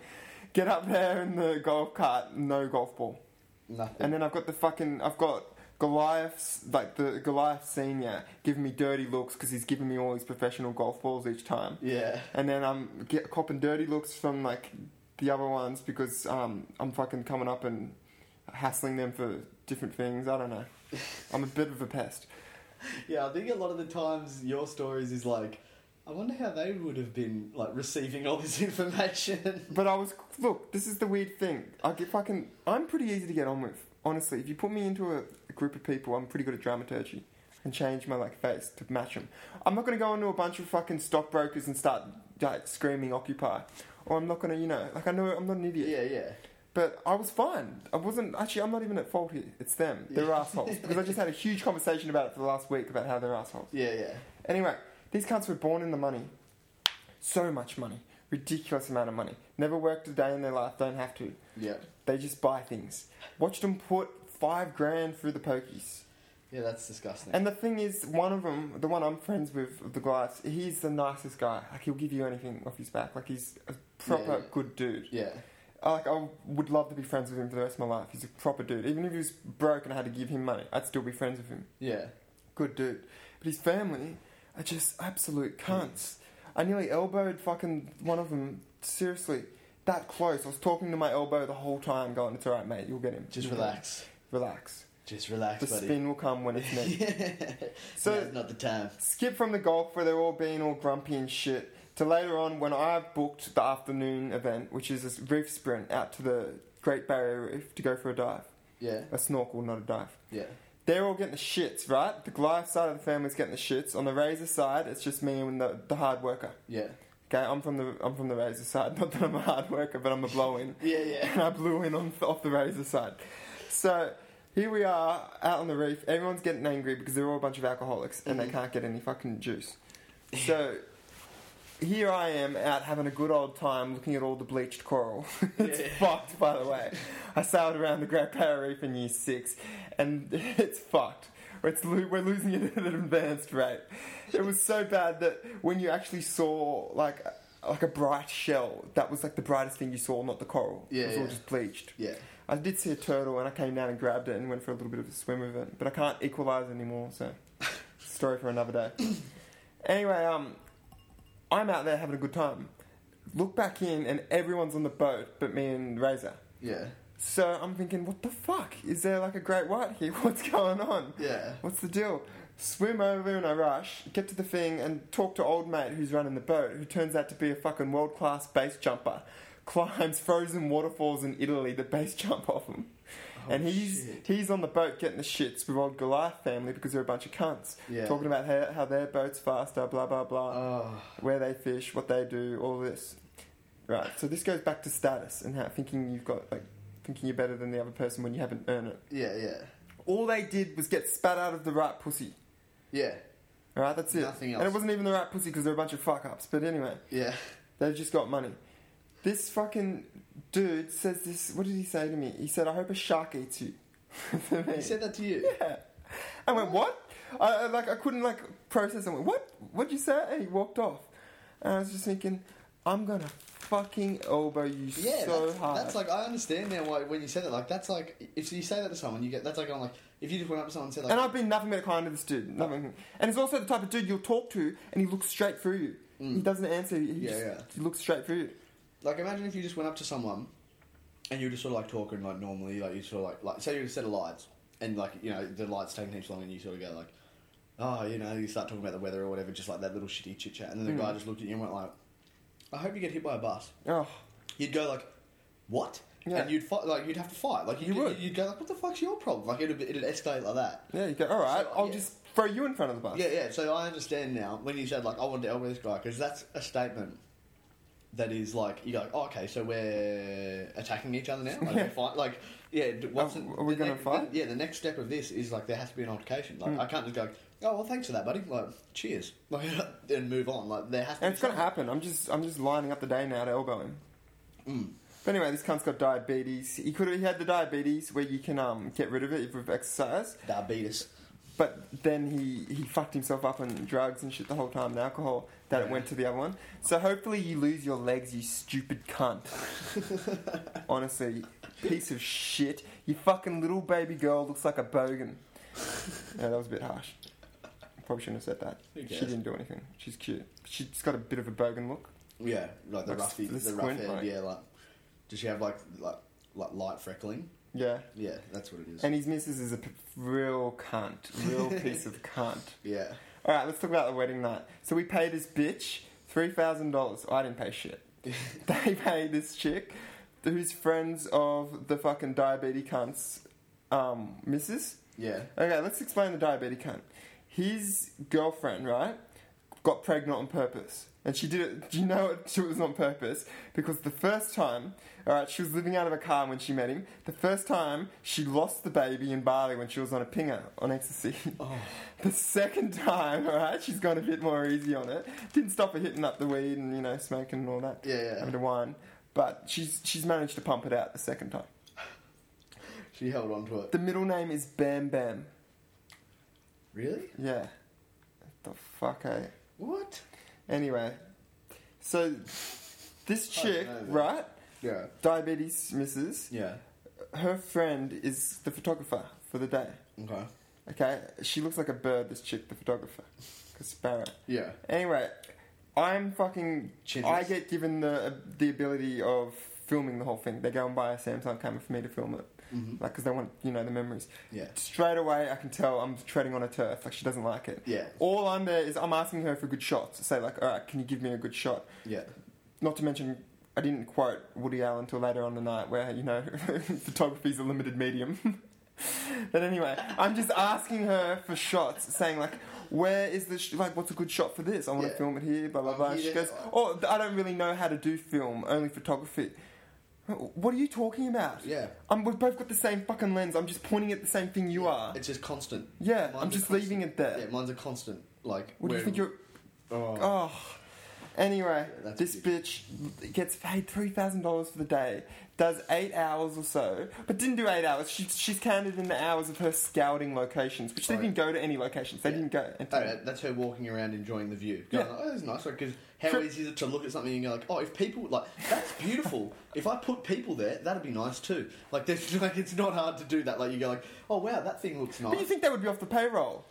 [SPEAKER 1] Get up there in the golf cart, no golf ball.
[SPEAKER 2] Nothing.
[SPEAKER 1] And then I've got the fucking I've got Goliath's like the Goliath senior giving me dirty looks because he's giving me all these professional golf balls each time.
[SPEAKER 2] yeah.
[SPEAKER 1] And then I'm get, copping dirty looks from like the other ones because um, I'm fucking coming up and hassling them for different things. I don't know. I'm a bit of a pest.
[SPEAKER 2] Yeah, I think a lot of the times your stories is like, I wonder how they would have been like receiving all this information.
[SPEAKER 1] But I was look. This is the weird thing. I get fucking. I'm pretty easy to get on with. Honestly, if you put me into a, a group of people, I'm pretty good at dramaturgy. I can change my like face to match them. I'm not gonna go into a bunch of fucking stockbrokers and start like screaming occupy, or I'm not gonna you know like I know I'm not an idiot.
[SPEAKER 2] yeah, yeah,
[SPEAKER 1] But I was fine. I wasn't actually. I'm not even at fault here. It's them. They're
[SPEAKER 2] Yeah.
[SPEAKER 1] assholes because I just had a huge conversation about it for the last week about how they're assholes.
[SPEAKER 2] yeah, yeah.
[SPEAKER 1] Anyway, these cunts were born in the money. So much money. Ridiculous amount of money. Never worked a day in their life, don't have to.
[SPEAKER 2] Yeah,
[SPEAKER 1] They just buy things. Watched them put five grand through the pokies.
[SPEAKER 2] yeah, that's disgusting.
[SPEAKER 1] And the thing is, one of them, the one I'm friends with, of the guys, he's the nicest guy. Like, he'll give you anything off his back. Like, he's a proper
[SPEAKER 2] Yeah, yeah.
[SPEAKER 1] good dude.
[SPEAKER 2] yeah,
[SPEAKER 1] I- Like, I would love to be friends with him for the rest of my life. He's a proper dude. Even if he was broke and I had to give him money, I'd still be friends with him
[SPEAKER 2] yeah,
[SPEAKER 1] good dude. But his family are just absolute
[SPEAKER 2] Hmm.
[SPEAKER 1] cunts. I nearly elbowed fucking one of them, seriously, that close. I was talking to my elbow the whole time, going, it's alright, mate, you'll get him.
[SPEAKER 2] just
[SPEAKER 1] You'll get him.
[SPEAKER 2] relax,
[SPEAKER 1] Relax.
[SPEAKER 2] just relax,
[SPEAKER 1] The
[SPEAKER 2] buddy.
[SPEAKER 1] spin will come when it's meant. So-
[SPEAKER 2] Now's not the time.
[SPEAKER 1] Skip from the golf where they're all being all grumpy and shit to later on when I booked the afternoon event, which is this reef sprint out to the Great Barrier Reef to go for a dive.
[SPEAKER 2] Yeah,
[SPEAKER 1] A snorkel, not a dive.
[SPEAKER 2] yeah,
[SPEAKER 1] They're all getting the shits, right? The Goliath side of the family's getting the shits. On the Razor side, it's just me and the, the hard worker.
[SPEAKER 2] yeah,
[SPEAKER 1] Okay, I'm from the I'm from the Razor side. Not that I'm a hard worker, but I'm a blow in,
[SPEAKER 2] yeah, yeah,
[SPEAKER 1] and I blew in on off the Razor side. So here we are out on the reef. Everyone's getting angry because they're all a bunch of alcoholics and they
[SPEAKER 2] Mhm.
[SPEAKER 1] can't get any fucking juice. So here I am out having a good old time looking at all the bleached coral. it's
[SPEAKER 2] Yeah.
[SPEAKER 1] fucked, by the way. I sailed around the Great Barrier Reef in year six, and it's fucked. It's lo- we're losing it at an advanced rate. It was so bad that when you actually saw like like a bright shell, that was like the brightest thing you saw, not the coral.
[SPEAKER 2] Yeah,
[SPEAKER 1] it was all
[SPEAKER 2] yeah.
[SPEAKER 1] just bleached.
[SPEAKER 2] yeah.
[SPEAKER 1] I did see a turtle, and I came down and grabbed it and went for a little bit of a swim with it, but I can't equalize anymore. So, story for another day. anyway, um, I'm out there having a good time. Look back in, and everyone's on the boat, but me and Razor.
[SPEAKER 2] Yeah,
[SPEAKER 1] So I'm thinking, what the fuck? Is there like a great white here? What's going on?
[SPEAKER 2] yeah,
[SPEAKER 1] What's the deal? Swim over in a rush, get to the thing, and talk to old mate who's running the boat, who turns out to be a fucking world class base jumper. Climbs frozen waterfalls in Italy to base jump off them. and
[SPEAKER 2] Oh,
[SPEAKER 1] he's
[SPEAKER 2] shit.
[SPEAKER 1] he's on the boat getting the shits with old Goliath family because they're a bunch of cunts.
[SPEAKER 2] yeah.
[SPEAKER 1] Talking about how, how their boat's faster, blah, blah, blah.
[SPEAKER 2] Oh,
[SPEAKER 1] where they fish, what they do, all this. Right, so this goes back to status and how thinking you've got, like, thinking you're better than the other person when you haven't earned it.
[SPEAKER 2] yeah, yeah,
[SPEAKER 1] All they did was get spat out of the right pussy.
[SPEAKER 2] yeah,
[SPEAKER 1] All right, that's it.
[SPEAKER 2] Nothing
[SPEAKER 1] And it
[SPEAKER 2] else.
[SPEAKER 1] wasn't even the right pussy because they're a bunch of fuck ups. But anyway,
[SPEAKER 2] yeah,
[SPEAKER 1] they've just got money. This fucking dude says this. What did he say to me? He said, "I hope a shark eats you." To me.
[SPEAKER 2] He said that to you.
[SPEAKER 1] yeah. I went, "What?" I, I like I couldn't like process. I went, "What? What'd you say?" And he walked off. And I was just thinking, "I'm gonna fucking elbow you
[SPEAKER 2] Yeah,
[SPEAKER 1] so
[SPEAKER 2] that's,
[SPEAKER 1] hard.
[SPEAKER 2] that's like I understand now why when you said that, like that's like if you say that to someone, you get that's like I'm like if you just went up to someone and said like,
[SPEAKER 1] and I've been nothing but kind to this dude. Nothing. And he's also the type of dude you'll talk to and he looks straight through you.
[SPEAKER 2] Mm.
[SPEAKER 1] He doesn't answer. He,
[SPEAKER 2] Yeah,
[SPEAKER 1] just,
[SPEAKER 2] yeah.
[SPEAKER 1] he looks straight through you.
[SPEAKER 2] like imagine if you just went up to someone and you were just sort of like talking like normally, like you sort of like like say you're in a set of lights and like you know the lights taking heaps long and you sort of go like, oh you know you start talking about the weather or whatever, just like that little shitty chit chat, and then the
[SPEAKER 1] Hmm.
[SPEAKER 2] guy just looked at you and went like, I hope you get hit by a bus.
[SPEAKER 1] Oh,
[SPEAKER 2] You'd go like, what?
[SPEAKER 1] Yeah.
[SPEAKER 2] And you'd fight like you'd have to fight like you'd,
[SPEAKER 1] You would.
[SPEAKER 2] you'd go like what the fuck's your problem like it'd, it'd escalate like that
[SPEAKER 1] yeah. You go. All right.
[SPEAKER 2] So,
[SPEAKER 1] I'll
[SPEAKER 2] yeah.
[SPEAKER 1] just throw you in front of the bus.
[SPEAKER 2] Yeah, yeah. So I understand now when you said like I want to elbow this guy because that's a statement that is like you go like, oh, okay, so we're attacking each other now. Like, we're fight, like yeah, d- what's
[SPEAKER 1] Are-
[SPEAKER 2] the-
[SPEAKER 1] are we
[SPEAKER 2] the
[SPEAKER 1] gonna
[SPEAKER 2] next-
[SPEAKER 1] fight? Hmm.
[SPEAKER 2] yeah, the next step of this is like there has to be an altercation. Like I can't just go like, oh well, thanks for that, buddy. Like cheers, like and move on. Like there has to.
[SPEAKER 1] And
[SPEAKER 2] be
[SPEAKER 1] it's gonna
[SPEAKER 2] something.
[SPEAKER 1] happen. I'm just I'm just lining up the day now to elbow him.
[SPEAKER 2] Mm.
[SPEAKER 1] But anyway, this cunt's got diabetes. He could he had the diabetes where you can um get rid of it if with exercise.
[SPEAKER 2] Diabetes.
[SPEAKER 1] But then he he fucked himself up on drugs and shit the whole time and alcohol that it went to the other one. So hopefully you lose your legs, you stupid cunt. Honestly, piece of shit. Your fucking little baby girl looks like a bogan. Yeah, that was a bit harsh. Probably shouldn't have said that.
[SPEAKER 2] Who
[SPEAKER 1] She
[SPEAKER 2] cares?
[SPEAKER 1] didn't do anything. She's cute. She's got a bit of a bogan look.
[SPEAKER 2] Yeah, like the
[SPEAKER 1] Like
[SPEAKER 2] roughy,
[SPEAKER 1] the
[SPEAKER 2] the rough
[SPEAKER 1] squint,
[SPEAKER 2] head.
[SPEAKER 1] like-
[SPEAKER 2] Yeah, like does she have like like like light freckling?
[SPEAKER 1] Yeah.
[SPEAKER 2] Yeah, that's what it is.
[SPEAKER 1] And his missus is a p- real cunt, real piece of cunt.
[SPEAKER 2] yeah.
[SPEAKER 1] All right, let's talk about the wedding night. So we paid this bitch three thousand dollars. Oh, I didn't pay shit. they paid this chick, who's friends of the fucking diabetes cunts, um, missus.
[SPEAKER 2] Yeah.
[SPEAKER 1] Okay, let's explain the diabetes cunt. His girlfriend, right, got pregnant on purpose. And she did it, do you know it, she was on purpose? Because the first time, alright, she was living out of a car when she met him. The first time, she lost the baby in Bali when she was on a pinger on ecstasy.
[SPEAKER 2] Oh.
[SPEAKER 1] The second time, alright, she's gone a bit more easy on it. Didn't stop her hitting up the weed and, you know, smoking and all that.
[SPEAKER 2] Yeah, yeah.
[SPEAKER 1] Having to wine. But she's, she's managed to pump it out the second time.
[SPEAKER 2] She held on to it.
[SPEAKER 1] The middle name is Bam Bam.
[SPEAKER 2] Really?
[SPEAKER 1] Yeah. The fuck, eh?
[SPEAKER 2] What?
[SPEAKER 1] Anyway, so this
[SPEAKER 2] I don't
[SPEAKER 1] chick,
[SPEAKER 2] know that.
[SPEAKER 1] right?
[SPEAKER 2] Yeah.
[SPEAKER 1] Diabetes missus,
[SPEAKER 2] Yeah.
[SPEAKER 1] her friend is the photographer for the day.
[SPEAKER 2] Okay.
[SPEAKER 1] Okay? She looks like a bird, this chick, the photographer. Like a sparrow.
[SPEAKER 2] Yeah.
[SPEAKER 1] Anyway, I'm fucking.
[SPEAKER 2] Chinese.
[SPEAKER 1] I get given the the ability of filming the whole thing. They go and buy a Samsung camera for me to film it.
[SPEAKER 2] Mhm.
[SPEAKER 1] Like, because they want, you know, the memories.
[SPEAKER 2] Yeah.
[SPEAKER 1] Straight away, I can tell I'm treading on a turf. Like, she doesn't like it.
[SPEAKER 2] Yeah.
[SPEAKER 1] All I'm there is I'm asking her for good shots. Say like, all right, can you give me a good shot?
[SPEAKER 2] Yeah.
[SPEAKER 1] Not to mention, I didn't quote Woody Allen until later on the night, where you know, photography's a limited medium. but anyway, I'm just asking her for shots, saying like, where is the sh- like, what's a good shot for this? I want to
[SPEAKER 2] Yeah.
[SPEAKER 1] film it here, blah blah
[SPEAKER 2] Um,
[SPEAKER 1] blah.
[SPEAKER 2] yeah.
[SPEAKER 1] She goes, oh, I don't really know how to do film, only photography. What are you talking about?
[SPEAKER 2] Yeah.
[SPEAKER 1] I'm, we've both got the same fucking lens. I'm just pointing at the same thing you are.
[SPEAKER 2] It's just constant.
[SPEAKER 1] Yeah,
[SPEAKER 2] Mine's
[SPEAKER 1] I'm
[SPEAKER 2] a
[SPEAKER 1] just
[SPEAKER 2] constant.
[SPEAKER 1] leaving it there.
[SPEAKER 2] Yeah, mine's a constant. Like.
[SPEAKER 1] What do you
[SPEAKER 2] where-
[SPEAKER 1] think you're?
[SPEAKER 2] Oh.
[SPEAKER 1] Oh. Anyway,
[SPEAKER 2] Yeah, that's
[SPEAKER 1] this bitch gets paid three thousand dollars for the day, does eight hours or so, but didn't do eight hours. She, she's counted in the hours of her scouting locations, which
[SPEAKER 2] Right.
[SPEAKER 1] they didn't go to any locations. They
[SPEAKER 2] Yeah.
[SPEAKER 1] didn't go. And
[SPEAKER 2] Oh, that- that's her walking around enjoying the view. Going,
[SPEAKER 1] Yeah.
[SPEAKER 2] oh, that's nice. Because how
[SPEAKER 1] Trip-
[SPEAKER 2] easy is it to look at something and go like, oh, if people like that's beautiful. if I put people there, that'd be nice too. Like, there's like it's not hard to do that. Like you go like, oh wow, that thing looks nice.
[SPEAKER 1] but you think they would be off the payroll?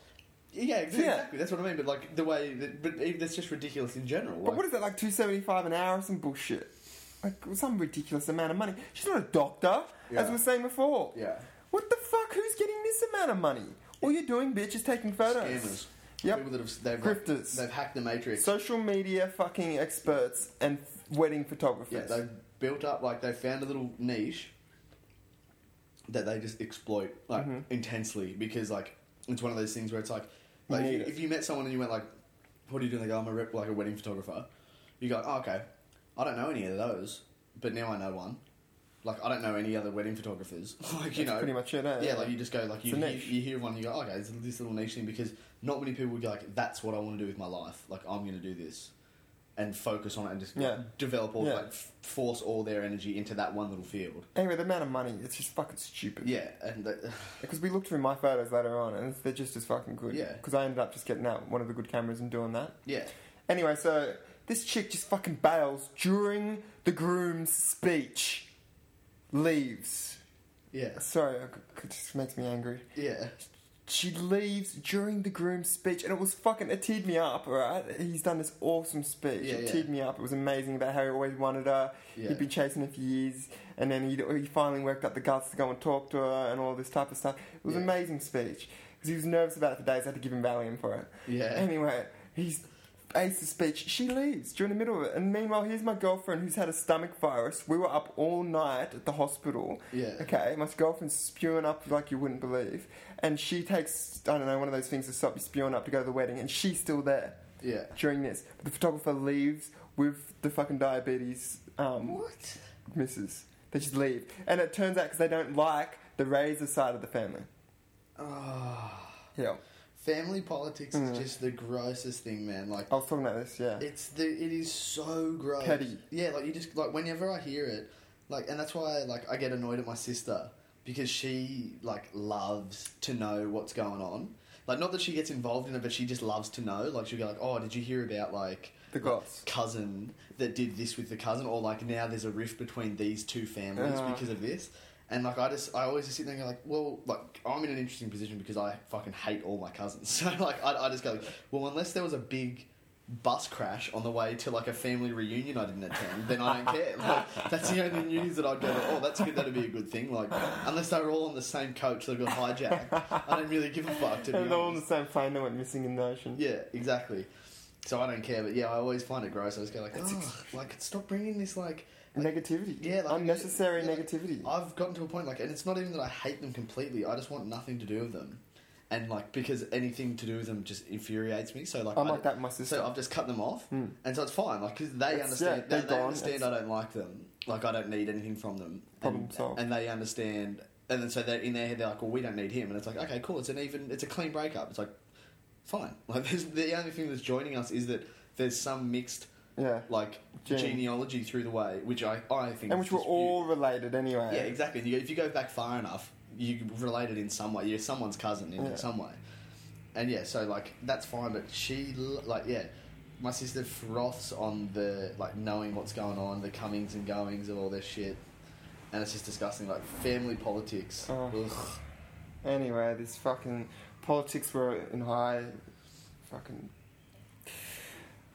[SPEAKER 2] yeah, ex-
[SPEAKER 1] Yeah.
[SPEAKER 2] exactly. That's what I mean. But like the way, that, but even, that's just ridiculous in general.
[SPEAKER 1] But
[SPEAKER 2] like-
[SPEAKER 1] what is that like two seventy five an hour or some bullshit? Like some ridiculous amount of money. She's not a doctor, as
[SPEAKER 2] Yeah.
[SPEAKER 1] we were saying before.
[SPEAKER 2] yeah.
[SPEAKER 1] What the fuck? Who's getting this amount of money? All you're doing, bitch, is taking photos.
[SPEAKER 2] Scammers.
[SPEAKER 1] Yep.
[SPEAKER 2] People that have they've,
[SPEAKER 1] Grifters.
[SPEAKER 2] they've hacked the matrix.
[SPEAKER 1] social media fucking experts and f- wedding
[SPEAKER 2] yeah,
[SPEAKER 1] photographers.
[SPEAKER 2] they've built up like they found a little niche that they just exploit like
[SPEAKER 1] Mm-hmm.
[SPEAKER 2] intensely because like it's one of those things where it's like like
[SPEAKER 1] You
[SPEAKER 2] if
[SPEAKER 1] need
[SPEAKER 2] you,
[SPEAKER 1] it.
[SPEAKER 2] if you met someone and you went like, "What are you doing?" They go, "I'm a rep, like a wedding photographer." You go, oh, "Okay, I don't know any of those, but now I know one." Like I don't know any other wedding photographers. like you
[SPEAKER 1] That's
[SPEAKER 2] know,
[SPEAKER 1] pretty much it, eh?
[SPEAKER 2] yeah, like you just go like you
[SPEAKER 1] It's a
[SPEAKER 2] hear,
[SPEAKER 1] niche.
[SPEAKER 2] you hear one, and you go, "Oh, okay, it's this little niche thing because not many people would go like, that's what I want to do with my life. Like I'm going to do this, and focus on it and just like,
[SPEAKER 1] Yeah.
[SPEAKER 2] develop all
[SPEAKER 1] Yeah.
[SPEAKER 2] like f- force all their energy into that one little field.
[SPEAKER 1] Anyway, the amount of money, it's just fucking stupid.
[SPEAKER 2] Yeah, and that,
[SPEAKER 1] Because we looked through my photos later on and they're just as fucking good.
[SPEAKER 2] Yeah.
[SPEAKER 1] Because I ended up just getting out one of the good cameras and doing that.
[SPEAKER 2] yeah,
[SPEAKER 1] Anyway, so This chick just fucking bails during the groom's speech. Leaves.
[SPEAKER 2] Yeah.
[SPEAKER 1] Sorry, I- it just makes me angry.
[SPEAKER 2] Yeah.
[SPEAKER 1] She leaves during the groom's speech, and it was fucking. It teared me up, alright? He's done this awesome speech.
[SPEAKER 2] Yeah,
[SPEAKER 1] it
[SPEAKER 2] yeah.
[SPEAKER 1] teared me up. It was amazing about how he always wanted her.
[SPEAKER 2] Yeah.
[SPEAKER 1] He'd been chasing her for years, and then he'd, he finally worked up the guts to go and talk to her and all this type of stuff. It was
[SPEAKER 2] Yeah.
[SPEAKER 1] an amazing speech. Because he was nervous about it for days, I had to give him Valium for it.
[SPEAKER 2] Yeah.
[SPEAKER 1] Anyway, he's ace the speech. She leaves during the middle of it. And meanwhile, here's my girlfriend who's had a stomach virus. We were up all night at the hospital.
[SPEAKER 2] Yeah.
[SPEAKER 1] Okay, my girlfriend's spewing up like you wouldn't believe. And she takes, I don't know, one of those things to stop you spewing up to go to the wedding. And she's still there
[SPEAKER 2] Yeah.
[SPEAKER 1] during this. But the photographer leaves with the fucking diabetes um,
[SPEAKER 2] What?
[SPEAKER 1] missus. They just leave. And it turns out because they don't like the Razor side of the family.
[SPEAKER 2] Ah.
[SPEAKER 1] Yeah.
[SPEAKER 2] Family politics
[SPEAKER 1] Mm.
[SPEAKER 2] is just the grossest thing, man. Like
[SPEAKER 1] I was talking about this, yeah.
[SPEAKER 2] it's the it is so gross.
[SPEAKER 1] Petty.
[SPEAKER 2] Yeah, like you just like whenever I hear it, like and that's why like I get annoyed at my sister because she like loves to know what's going on. Like not that she gets involved in it, but she just loves to know. Like she'll go like, "Oh, did you hear about like
[SPEAKER 1] The goss.
[SPEAKER 2] cousin that did this with the cousin, or like now there's a rift between these two families
[SPEAKER 1] Yeah.
[SPEAKER 2] because of this. And like I just, I always just sit there and go like, well, like I'm in an interesting position because I fucking hate all my cousins. So like I, I just go like, well, unless there was a big bus crash on the way to like a family reunion I didn't attend, then I don't care. Like, that's the only news that I'd go, oh, that's good, that'd be a good thing. Like unless they were all on the same coach that got hijacked, I don't really give a fuck. To be
[SPEAKER 1] And they're all on
[SPEAKER 2] honest.
[SPEAKER 1] the same plane that went missing in the ocean.
[SPEAKER 2] Yeah, exactly. So I don't care, but yeah, I always find it gross. I just go like,
[SPEAKER 1] It's
[SPEAKER 2] oh, like stop bringing this like.
[SPEAKER 1] Negativity.
[SPEAKER 2] Yeah, like-
[SPEAKER 1] Unnecessary
[SPEAKER 2] yeah, like-
[SPEAKER 1] negativity.
[SPEAKER 2] I've gotten to a point like, and it's not even that I hate them completely. I just want nothing to do with them, and like because anything to do with them just infuriates me. So like,
[SPEAKER 1] I'm
[SPEAKER 2] I-
[SPEAKER 1] like that with my sister.
[SPEAKER 2] So I've just cut them off,
[SPEAKER 1] Mm.
[SPEAKER 2] and so it's fine. Like because they
[SPEAKER 1] It's- yeah,
[SPEAKER 2] understand. they,
[SPEAKER 1] they're
[SPEAKER 2] they
[SPEAKER 1] gone.
[SPEAKER 2] understand
[SPEAKER 1] It's-
[SPEAKER 2] I don't like them. Like I don't need anything from them.
[SPEAKER 1] Problem
[SPEAKER 2] and,
[SPEAKER 1] solved.
[SPEAKER 2] And they understand. And then so they're in their head. They're like, well, we don't need him. And it's like, okay, cool. It's an even. It's a clean breakup. It's like, fine. Like there's, the only thing that's joining us is that there's some mixed
[SPEAKER 1] yeah.
[SPEAKER 2] like
[SPEAKER 1] Gene.
[SPEAKER 2] genealogy through the way, which I I
[SPEAKER 1] And
[SPEAKER 2] think is
[SPEAKER 1] which were
[SPEAKER 2] dispute-
[SPEAKER 1] all related anyway.
[SPEAKER 2] yeah, exactly. You, if you go back far enough, you related in some way. You're someone's cousin in
[SPEAKER 1] Yeah.
[SPEAKER 2] some way, and yeah, so like that's fine. But she, l- like, yeah, my sister froths on the like knowing what's going on, the comings and goings of all this shit, and it's just disgusting. Like family politics.
[SPEAKER 1] Oh.
[SPEAKER 2] Ugh.
[SPEAKER 1] Anyway, this fucking politics were in high, fucking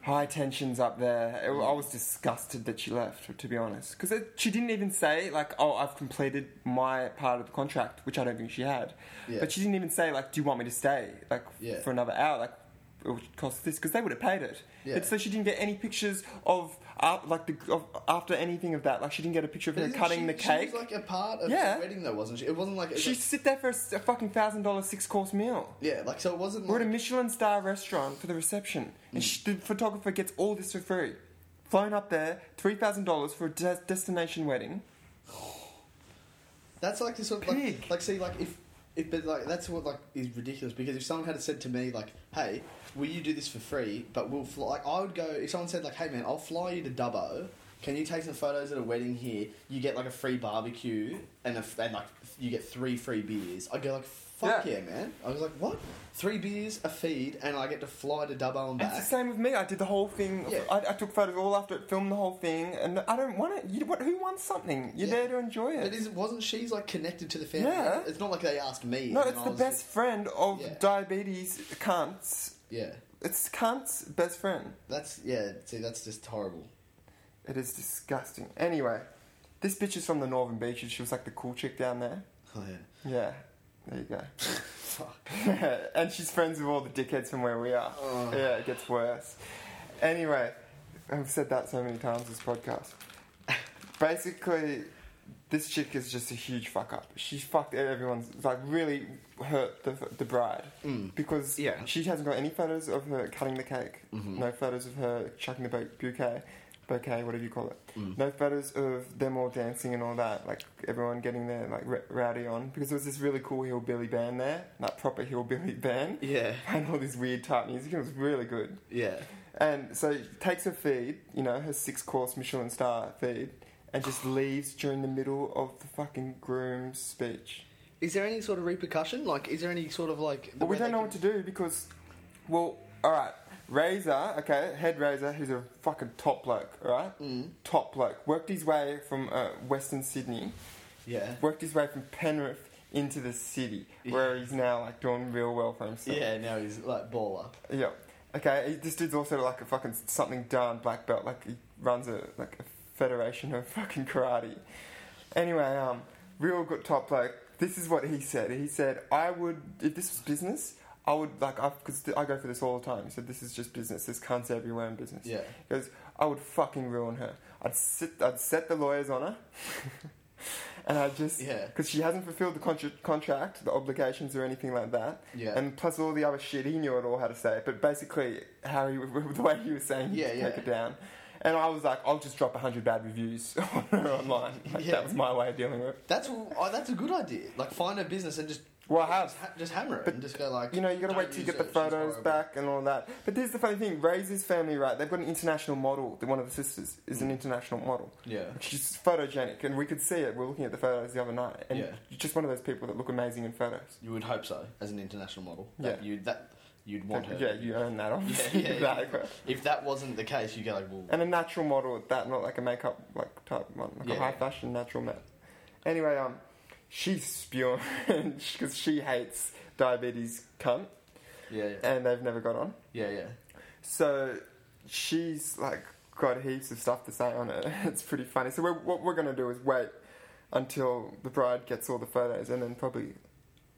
[SPEAKER 1] high tensions up there. It- I was disgusted that she left, to be honest, because she didn't even say like, "Oh, I've completed my part of the contract," which I don't think she had.
[SPEAKER 2] Yeah.
[SPEAKER 1] But she didn't even say like, "Do you want me to stay like
[SPEAKER 2] Yeah.
[SPEAKER 1] for another hour?" Like. It would cost this because they would have paid it.
[SPEAKER 2] Yeah.
[SPEAKER 1] It's so she didn't get any pictures of uh, like the of, after anything of that. Like she didn't get a picture of
[SPEAKER 2] But
[SPEAKER 1] her
[SPEAKER 2] isn't
[SPEAKER 1] cutting
[SPEAKER 2] she-
[SPEAKER 1] the
[SPEAKER 2] She
[SPEAKER 1] cake.
[SPEAKER 2] was like a part of
[SPEAKER 1] Yeah.
[SPEAKER 2] the wedding, though, wasn't she? It wasn't like it was
[SPEAKER 1] She'd
[SPEAKER 2] like-
[SPEAKER 1] sit there for a, s- a fucking thousand dollar six course meal.
[SPEAKER 2] yeah, like so it wasn't.
[SPEAKER 1] We're at a
[SPEAKER 2] like- Mm.
[SPEAKER 1] Michelin star restaurant for the reception, and sh the photographer gets all this for free. Flown up there, three thousand dollars for a des- destination wedding.
[SPEAKER 2] That's like this sort of like,
[SPEAKER 1] Pig.
[SPEAKER 2] like see like if if but like that's what like is ridiculous because if someone had said to me like, hey, will you do this for free? But we'll fly. Like, I would go if someone said like, hey man, I'll fly you to Dubbo. Can you take some photos at a wedding here? You get like a free barbecue and a, f- and like you get three free beers. I would go like. Fuck yeah.
[SPEAKER 1] Yeah.
[SPEAKER 2] man! I was like, "What? Three beers, a feed, and I get to fly to Dubbo and
[SPEAKER 1] It's
[SPEAKER 2] back."
[SPEAKER 1] the same with me. I did the whole thing.
[SPEAKER 2] Yeah.
[SPEAKER 1] I, I took photos all after it, filmed the whole thing, and I don't want it. You, what, who wants something? You're
[SPEAKER 2] Yeah.
[SPEAKER 1] there to enjoy
[SPEAKER 2] But
[SPEAKER 1] it.
[SPEAKER 2] is, wasn't she like connected to the family?
[SPEAKER 1] Yeah.
[SPEAKER 2] It's not like they asked me.
[SPEAKER 1] no,
[SPEAKER 2] and
[SPEAKER 1] it's
[SPEAKER 2] I
[SPEAKER 1] the
[SPEAKER 2] was-
[SPEAKER 1] best friend of
[SPEAKER 2] Yeah.
[SPEAKER 1] diabetes cunts.
[SPEAKER 2] Yeah,
[SPEAKER 1] It's cunts' best friend.
[SPEAKER 2] that's yeah. See, that's just horrible.
[SPEAKER 1] It is disgusting. Anyway, this bitch is from the Northern Beaches. She was like the cool chick down there.
[SPEAKER 2] Oh yeah.
[SPEAKER 1] Yeah, there you go.
[SPEAKER 2] Fuck.
[SPEAKER 1] and she's friends with all the dickheads from where we are.
[SPEAKER 2] Oh.
[SPEAKER 1] Yeah, it gets worse. Anyway, I've said that so many times this podcast. Basically, this chick is just a huge fuck up. She fucked everyone's like really hurt the the bride
[SPEAKER 2] Mm.
[SPEAKER 1] because
[SPEAKER 2] Yeah.
[SPEAKER 1] she hasn't got any photos of her cutting the cake,
[SPEAKER 2] Mhm.
[SPEAKER 1] no photos of her chucking the bu- bouquet, bouquet, whatever you call it,
[SPEAKER 2] Mm.
[SPEAKER 1] no photos of them all dancing and all that, like everyone getting their like r- rowdy on because there was this really cool hillbilly band there, that proper hillbilly band,
[SPEAKER 2] Yeah,
[SPEAKER 1] and all this weird type music. It was really good.
[SPEAKER 2] yeah,
[SPEAKER 1] And so she takes her feed, you know, her six course Michelin star feed, and just leaves during the middle of the fucking groom's speech.
[SPEAKER 2] Is there any sort of repercussion? Like, is there any sort of like?
[SPEAKER 1] But we don't know what to do because, well, all right. Razor, okay, head Razor, who's a fucking top bloke, right?
[SPEAKER 2] Mm.
[SPEAKER 1] Top bloke. Worked his way from uh, Western Sydney,
[SPEAKER 2] Yeah.
[SPEAKER 1] worked his way from Penrith into the city, where he's now like doing real well for himself.
[SPEAKER 2] Yeah, now he's like baller.
[SPEAKER 1] Yeah. Okay, he- this dude's also like a fucking something darn black belt. Like he runs a like a federation of fucking karate. Anyway, um, real good top bloke. This is what he said. He said, "I would if this was business, I would like I because I go for this all the time." He said, "This is just business. There's cunts everywhere in business."
[SPEAKER 2] Yeah.
[SPEAKER 1] He goes, "I would fucking ruin her. I'd sit. I'd set the lawyers on her." And I just,
[SPEAKER 2] Yeah.
[SPEAKER 1] because she hasn't fulfilled the contra- contract, the obligations or anything like that.
[SPEAKER 2] Yeah.
[SPEAKER 1] And plus all the other shit, he knew it all how to say it. But basically, how he, the way he was saying, he
[SPEAKER 2] Yeah,
[SPEAKER 1] yeah,
[SPEAKER 2] yeah.
[SPEAKER 1] take it down. And I was like, I'll just drop 100 bad reviews on her online. Like,
[SPEAKER 2] Yeah.
[SPEAKER 1] That was my way of dealing with it.
[SPEAKER 2] that's oh, that's a good ididea. Like find a business and just
[SPEAKER 1] Well, I have.
[SPEAKER 2] just, ha- just hammer it
[SPEAKER 1] But,
[SPEAKER 2] and just go like
[SPEAKER 1] You know, you gotta
[SPEAKER 2] "Don't
[SPEAKER 1] wait till you get
[SPEAKER 2] use
[SPEAKER 1] the
[SPEAKER 2] it, she's
[SPEAKER 1] photos
[SPEAKER 2] horrible."
[SPEAKER 1] back and all that. But there's the funny thing Ray's family, right? They've got an international model. One of the sisters is
[SPEAKER 2] Mm.
[SPEAKER 1] an international model.
[SPEAKER 2] Yeah.
[SPEAKER 1] She's photogenic, and we could see it. We were looking at the photos the other night. And
[SPEAKER 2] Yeah.
[SPEAKER 1] you're just one of those people that look amazing in photos.
[SPEAKER 2] You would hope so as an international model.
[SPEAKER 1] Yeah.
[SPEAKER 2] That you'd that you'd want her.
[SPEAKER 1] Yeah, you earn that, obviously.
[SPEAKER 2] yeah, yeah.
[SPEAKER 1] Exactly.
[SPEAKER 2] If that wasn't the case, you go like, well,
[SPEAKER 1] And a natural model at that, not like a makeup like type one, like
[SPEAKER 2] Yeah.
[SPEAKER 1] a high fashion natural man. Anyway, um, she's spewing because she hates diabetes cunt,
[SPEAKER 2] yeah, yeah,
[SPEAKER 1] and they've never got on.
[SPEAKER 2] yeah, yeah.
[SPEAKER 1] So she's like got heaps of stuff to say on it. It's pretty funny. So we're, what we're gonna do is wait until the bride gets all the photos, and then probably,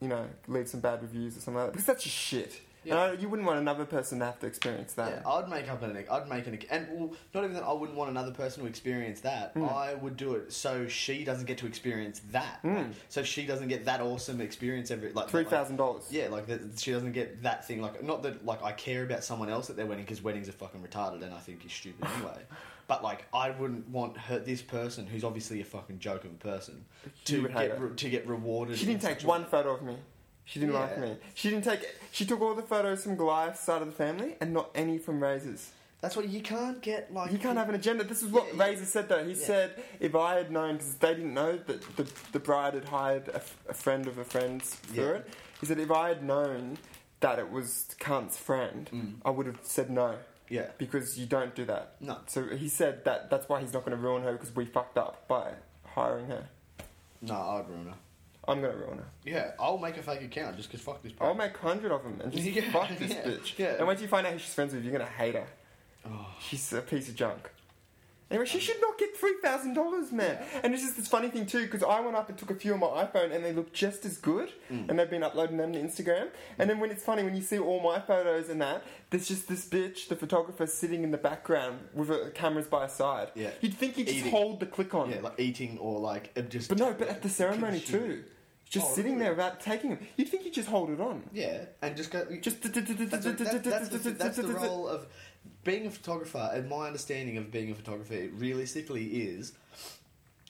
[SPEAKER 1] you know, leave some bad reviews or something like that because that's just shit.
[SPEAKER 2] Yeah.
[SPEAKER 1] And I, you wouldn't want another person to have to experience that.
[SPEAKER 2] Yeah, I'd make up an I'd make an and well, not even that I wouldn't want another person to experience that.
[SPEAKER 1] Mm.
[SPEAKER 2] I would do it so she doesn't get to experience that.
[SPEAKER 1] Mm.
[SPEAKER 2] Like, so she doesn't get that awesome experience every like
[SPEAKER 1] Three
[SPEAKER 2] not like-
[SPEAKER 1] thousand dollars.
[SPEAKER 2] Yeah, like that, she doesn't get that thing. Like, not that like I care about someone else at their wedding because weddings are fucking retarded and I think is stupid anyway. but like, I wouldn't want her, this person who's obviously a fucking joke of a person
[SPEAKER 1] You
[SPEAKER 2] to
[SPEAKER 1] would hate
[SPEAKER 2] get
[SPEAKER 1] it.
[SPEAKER 2] re- to get rewarded.
[SPEAKER 1] She didn't
[SPEAKER 2] in
[SPEAKER 1] take
[SPEAKER 2] such a-
[SPEAKER 1] one photo of me. She didn't
[SPEAKER 2] Yeah.
[SPEAKER 1] like me. She didn't take. She took all the photos from Goliath's side of the family and not any from Razor's.
[SPEAKER 2] That's what you can't get. Like
[SPEAKER 1] You can't have an agenda. This is what
[SPEAKER 2] Yeah, yeah.
[SPEAKER 1] Razor said though. He
[SPEAKER 2] Yeah.
[SPEAKER 1] said, "If I had known, because they didn't know that the, the bride had hired a, f- a friend of a friend's for
[SPEAKER 2] Yeah.
[SPEAKER 1] it." He said, "If I had known that it was cunt's friend,
[SPEAKER 2] Mm.
[SPEAKER 1] I would have said no
[SPEAKER 2] Yeah.
[SPEAKER 1] because you don't do that."
[SPEAKER 2] No.
[SPEAKER 1] So he said that that's why he's not going to ruin her because we fucked up by hiring her.
[SPEAKER 2] No, I'd ruin her.
[SPEAKER 1] I'm going to ruin her.
[SPEAKER 2] Yeah, I'll make a fake account just because fuck this.
[SPEAKER 1] I'll make hundred of them and just
[SPEAKER 2] Yeah,
[SPEAKER 1] fuck this
[SPEAKER 2] yeah,
[SPEAKER 1] bitch.
[SPEAKER 2] yeah.
[SPEAKER 1] And once you find out who she's friends with, you're gonna hate her.
[SPEAKER 2] Oh.
[SPEAKER 1] She's a piece of junk. Anyway, she should not get three thousand dollars, man. And it's just this funny thing too, because I went up and took a few on my iPhone, and they look just as good,
[SPEAKER 2] Mm.
[SPEAKER 1] and they've been uploading them to Instagram. And then when it's funny, when you see all my photos and that, there's just this bitch, the photographer, sitting in the background with her cameras by her side.
[SPEAKER 2] Yeah.
[SPEAKER 1] You'd think he'd just
[SPEAKER 2] Eating.
[SPEAKER 1] hold the click on.
[SPEAKER 2] Yeah, like eating or like uh, just.
[SPEAKER 1] but no, but at the ceremony too, just
[SPEAKER 2] Oh,
[SPEAKER 1] sitting
[SPEAKER 2] really?
[SPEAKER 1] there without taking them. You'd think he'd just hold it on.
[SPEAKER 2] Yeah, and just go.
[SPEAKER 1] Just
[SPEAKER 2] That's, what- that- that's the, that's the role of being a photographer. And my understanding of being a photographer, it realistically, is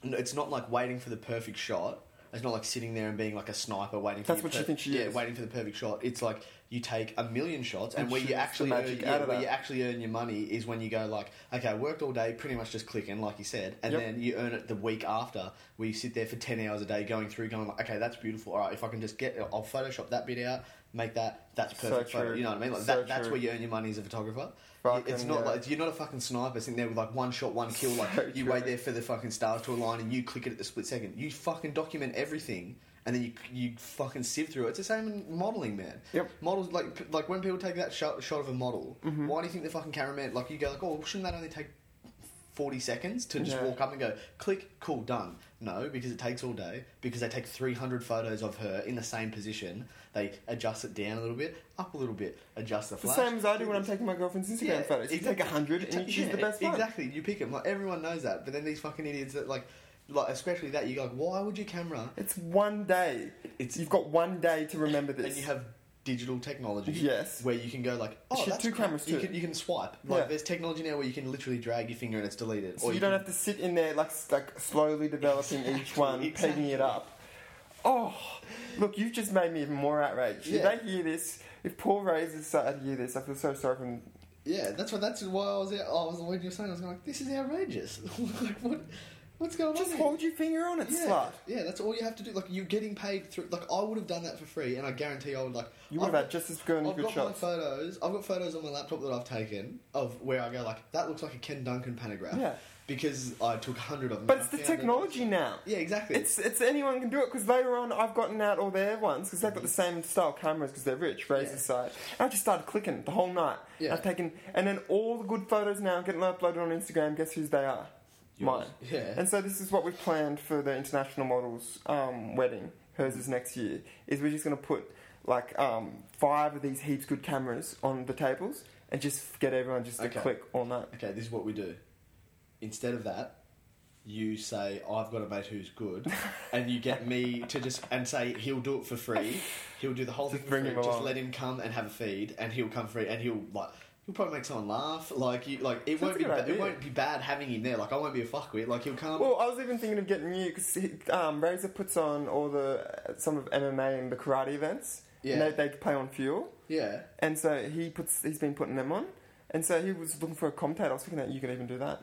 [SPEAKER 2] n- it's not like waiting for the perfect shot. It's not like sitting there and being like a sniper waiting. for
[SPEAKER 1] That's
[SPEAKER 2] your
[SPEAKER 1] what you think she
[SPEAKER 2] yeah,
[SPEAKER 1] is.
[SPEAKER 2] waiting for the perfect shot. It's like you take a million shots, and,
[SPEAKER 1] And
[SPEAKER 2] where
[SPEAKER 1] choose
[SPEAKER 2] you
[SPEAKER 1] the
[SPEAKER 2] actually earn,
[SPEAKER 1] magic out
[SPEAKER 2] yeah,
[SPEAKER 1] of
[SPEAKER 2] where you
[SPEAKER 1] that.
[SPEAKER 2] actually earn your money is when you go like, okay, I worked all day, pretty much just clicking, like you said, and
[SPEAKER 1] Yep.
[SPEAKER 2] then you earn it the week after, where you sit there for ten hours a day going through, going like, okay, that's beautiful. All right, if I can just get, I'll Photoshop that bit out, make that, that's
[SPEAKER 1] So
[SPEAKER 2] perfect photo.
[SPEAKER 1] true.
[SPEAKER 2] You know what I mean? Like
[SPEAKER 1] So
[SPEAKER 2] that, that's
[SPEAKER 1] true.
[SPEAKER 2] where you earn your money as a photographer.
[SPEAKER 1] Fucking
[SPEAKER 2] it's not
[SPEAKER 1] yeah.
[SPEAKER 2] like you're not a fucking sniper sitting there with like one shot, one kill. Like
[SPEAKER 1] So
[SPEAKER 2] you
[SPEAKER 1] true.
[SPEAKER 2] wait there for the fucking stars to align and you click it at the split second. You fucking document everything. And then you you fucking sift through it. It's the same in modeling, man.
[SPEAKER 1] Yep. Mm-hmm.
[SPEAKER 2] Models like like when people take that shot, shot of a model. Why do you think the fucking cameraman like you go like oh shouldn't that only take forty seconds to just
[SPEAKER 1] Yeah.
[SPEAKER 2] walk up and go click cool done? No, because it takes all day. Because they take three hundred photos of her in the same position. They adjust it down a little bit, up a little bit, adjust the
[SPEAKER 1] The
[SPEAKER 2] flash.
[SPEAKER 1] same as I do when I'm taking my girlfriend's Instagram
[SPEAKER 2] Yeah,
[SPEAKER 1] photos. You
[SPEAKER 2] exactly.
[SPEAKER 1] take a hundred and you choose the
[SPEAKER 2] Yeah,
[SPEAKER 1] best one.
[SPEAKER 2] Exactly, you pick them. Like everyone knows that, but then these fucking idiots that like, like especially that you go, like, why would your camera?
[SPEAKER 1] It's one day.
[SPEAKER 2] It's-
[SPEAKER 1] You've got one day to remember this.
[SPEAKER 2] And you have digital technology,
[SPEAKER 1] Yes.
[SPEAKER 2] where you can go like, oh,
[SPEAKER 1] Shit,
[SPEAKER 2] that's
[SPEAKER 1] two
[SPEAKER 2] crap.
[SPEAKER 1] cameras
[SPEAKER 2] You
[SPEAKER 1] too.
[SPEAKER 2] can, you can swipe. Like
[SPEAKER 1] Yeah.
[SPEAKER 2] there's technology now where you can literally drag your finger and it's deleted.
[SPEAKER 1] so you, don't have to sit in there like s- like slowly developing each
[SPEAKER 2] Exactly,
[SPEAKER 1] one, pegging
[SPEAKER 2] exactly.
[SPEAKER 1] it up. Oh, look, you've just made me even more outraged.
[SPEAKER 2] Yeah.
[SPEAKER 1] If they hear this, if Paul Razor's side hear this, I feel so sorry for him.
[SPEAKER 2] Yeah, that's what. That's why I was. I was when you were saying, I was going like, this is outrageous. like what? What's going
[SPEAKER 1] Just
[SPEAKER 2] on? here?
[SPEAKER 1] hold your finger on it,
[SPEAKER 2] yeah,
[SPEAKER 1] slut.
[SPEAKER 2] Yeah, that's all you have to do. Like you're getting paid through. Like I would have done that for free, and I guarantee I would like.
[SPEAKER 1] You would
[SPEAKER 2] I've
[SPEAKER 1] have had just as good,
[SPEAKER 2] I've
[SPEAKER 1] good
[SPEAKER 2] got
[SPEAKER 1] shots.
[SPEAKER 2] my photos. I've got photos on my laptop that I've taken of where I go like that looks like a Ken Duncan pantograph.
[SPEAKER 1] Yeah.
[SPEAKER 2] Because I took a hundred of them.
[SPEAKER 1] But
[SPEAKER 2] and
[SPEAKER 1] it's
[SPEAKER 2] I
[SPEAKER 1] the
[SPEAKER 2] found it.
[SPEAKER 1] technology now.
[SPEAKER 2] Yeah, exactly.
[SPEAKER 1] It's it's anyone can do it because later on I've gotten out all their ones because they've got the same style cameras because they're rich, razor
[SPEAKER 2] Mm-hmm. Yeah.
[SPEAKER 1] side. And I just started clicking the whole night.
[SPEAKER 2] Yeah.
[SPEAKER 1] I've taken and then all the good photos now are getting uploaded on Instagram. Guess whose they are? Mine.
[SPEAKER 2] yeah.
[SPEAKER 1] And so this is what we've planned for the international models um, wedding. Hers
[SPEAKER 2] Mm.
[SPEAKER 1] is next year. Is we're just going to put like um, five of these heaps good cameras on the tables and just get everyone just to
[SPEAKER 2] Okay.
[SPEAKER 1] click all night.
[SPEAKER 2] okay, this is what we do. Instead of that, you say I've got a mate who's good, and you get me to just and say he'll do it for free. He'll do the whole
[SPEAKER 1] Just
[SPEAKER 2] thing for
[SPEAKER 1] bring
[SPEAKER 2] free.
[SPEAKER 1] him
[SPEAKER 2] just
[SPEAKER 1] along.
[SPEAKER 2] let him come and have a feed, and he'll come free, and he'll like. He'll probably make someone laugh. Like you, like it
[SPEAKER 1] That's
[SPEAKER 2] won't
[SPEAKER 1] a
[SPEAKER 2] be.
[SPEAKER 1] good
[SPEAKER 2] Ba-
[SPEAKER 1] idea.
[SPEAKER 2] it won't be bad having him there. Like I won't be a fuckwit. Like he'll come.
[SPEAKER 1] Well, I was even thinking of getting you because um, Razor puts on all the uh, some of MMA and the karate events.
[SPEAKER 2] Yeah.
[SPEAKER 1] And they, they play on fuel,
[SPEAKER 2] yeah.
[SPEAKER 1] and so he puts he's been putting them on. And so he was looking for a commentator. I was thinking that you could even do that.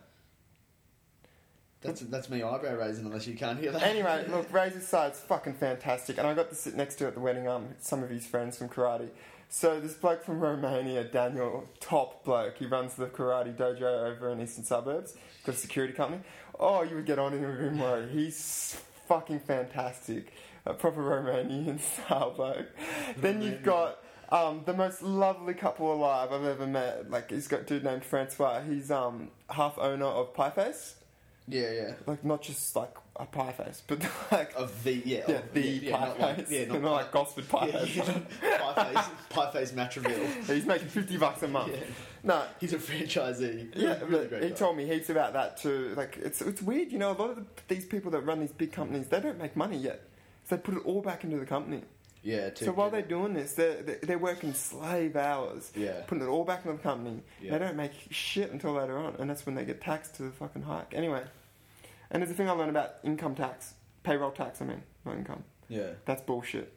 [SPEAKER 2] That's that's me eyebrow raising unless you can't hear that.
[SPEAKER 1] Anyway, look, Razor's side's fucking fantastic, and I got to sit next to at the wedding um some of his friends from karate. So this bloke from Romania, Daniel, top bloke, he runs the karate dojo over in eastern suburbs. Got a security company. Oh, you would get on in with him, bro. He's fucking fantastic, a proper Romanian style bloke. Then you've got. Um, the most lovely couple alive I've ever met. Like he's got a dude named Francois. He's um half owner of Pie Face.
[SPEAKER 2] yeah, yeah.
[SPEAKER 1] Like not just like a pie face, but like
[SPEAKER 2] Of the yeah,
[SPEAKER 1] yeah,
[SPEAKER 2] of,
[SPEAKER 1] the
[SPEAKER 2] yeah,
[SPEAKER 1] pie
[SPEAKER 2] yeah, not
[SPEAKER 1] face.
[SPEAKER 2] Like, yeah, not
[SPEAKER 1] not like Gosford pie
[SPEAKER 2] yeah,
[SPEAKER 1] face.
[SPEAKER 2] yeah, pie face, pie face match reveal.
[SPEAKER 1] He's making fifty bucks a month.
[SPEAKER 2] Yeah.
[SPEAKER 1] No.
[SPEAKER 2] He's a franchisee.
[SPEAKER 1] Yeah,
[SPEAKER 2] Really
[SPEAKER 1] but
[SPEAKER 2] great
[SPEAKER 1] he
[SPEAKER 2] guy.
[SPEAKER 1] told me heaps about that too. Like it's it's weird, you know. A lot of the, these people that run these big companies, they don't make money yet. So they put it all back into the company.
[SPEAKER 2] Yeah. To
[SPEAKER 1] so while they're doing this, they're they're they're working slave hours,
[SPEAKER 2] Yeah.
[SPEAKER 1] putting it all back into the company.
[SPEAKER 2] Yeah.
[SPEAKER 1] They don't make shit until later on, and that's when they get taxed to the fucking hike. Anyway, and there's a thing I learned about income tax, payroll tax. I mean, not income.
[SPEAKER 2] Yeah.
[SPEAKER 1] That's bullshit.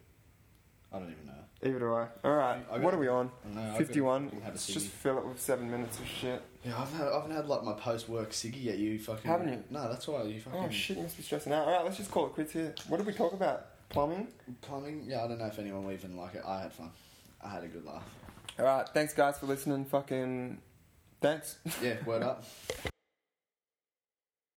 [SPEAKER 2] I don't even know.
[SPEAKER 1] Either do I. All right.
[SPEAKER 2] I got-
[SPEAKER 1] what are we on?
[SPEAKER 2] I don't know. I've got-
[SPEAKER 1] Fifty-one.
[SPEAKER 2] I'll have a
[SPEAKER 1] Let's just
[SPEAKER 2] ciggy.
[SPEAKER 1] fill it with seven minutes of shit.
[SPEAKER 2] Yeah, I've had, I haven't had like my post work ciggy yet. You fucking
[SPEAKER 1] Haven't you?
[SPEAKER 2] No, that's why you fucking
[SPEAKER 1] Oh shit! You must be stressing out. All right. Let's just call it quits here. What did we talk about? Plumbing.
[SPEAKER 2] plumbing. Yeah, I don't know if anyone will even like it. I had fun. I had a good laugh.
[SPEAKER 1] All right. Thanks, guys, for listening. Fucking. Thanks.
[SPEAKER 2] Yeah, word up.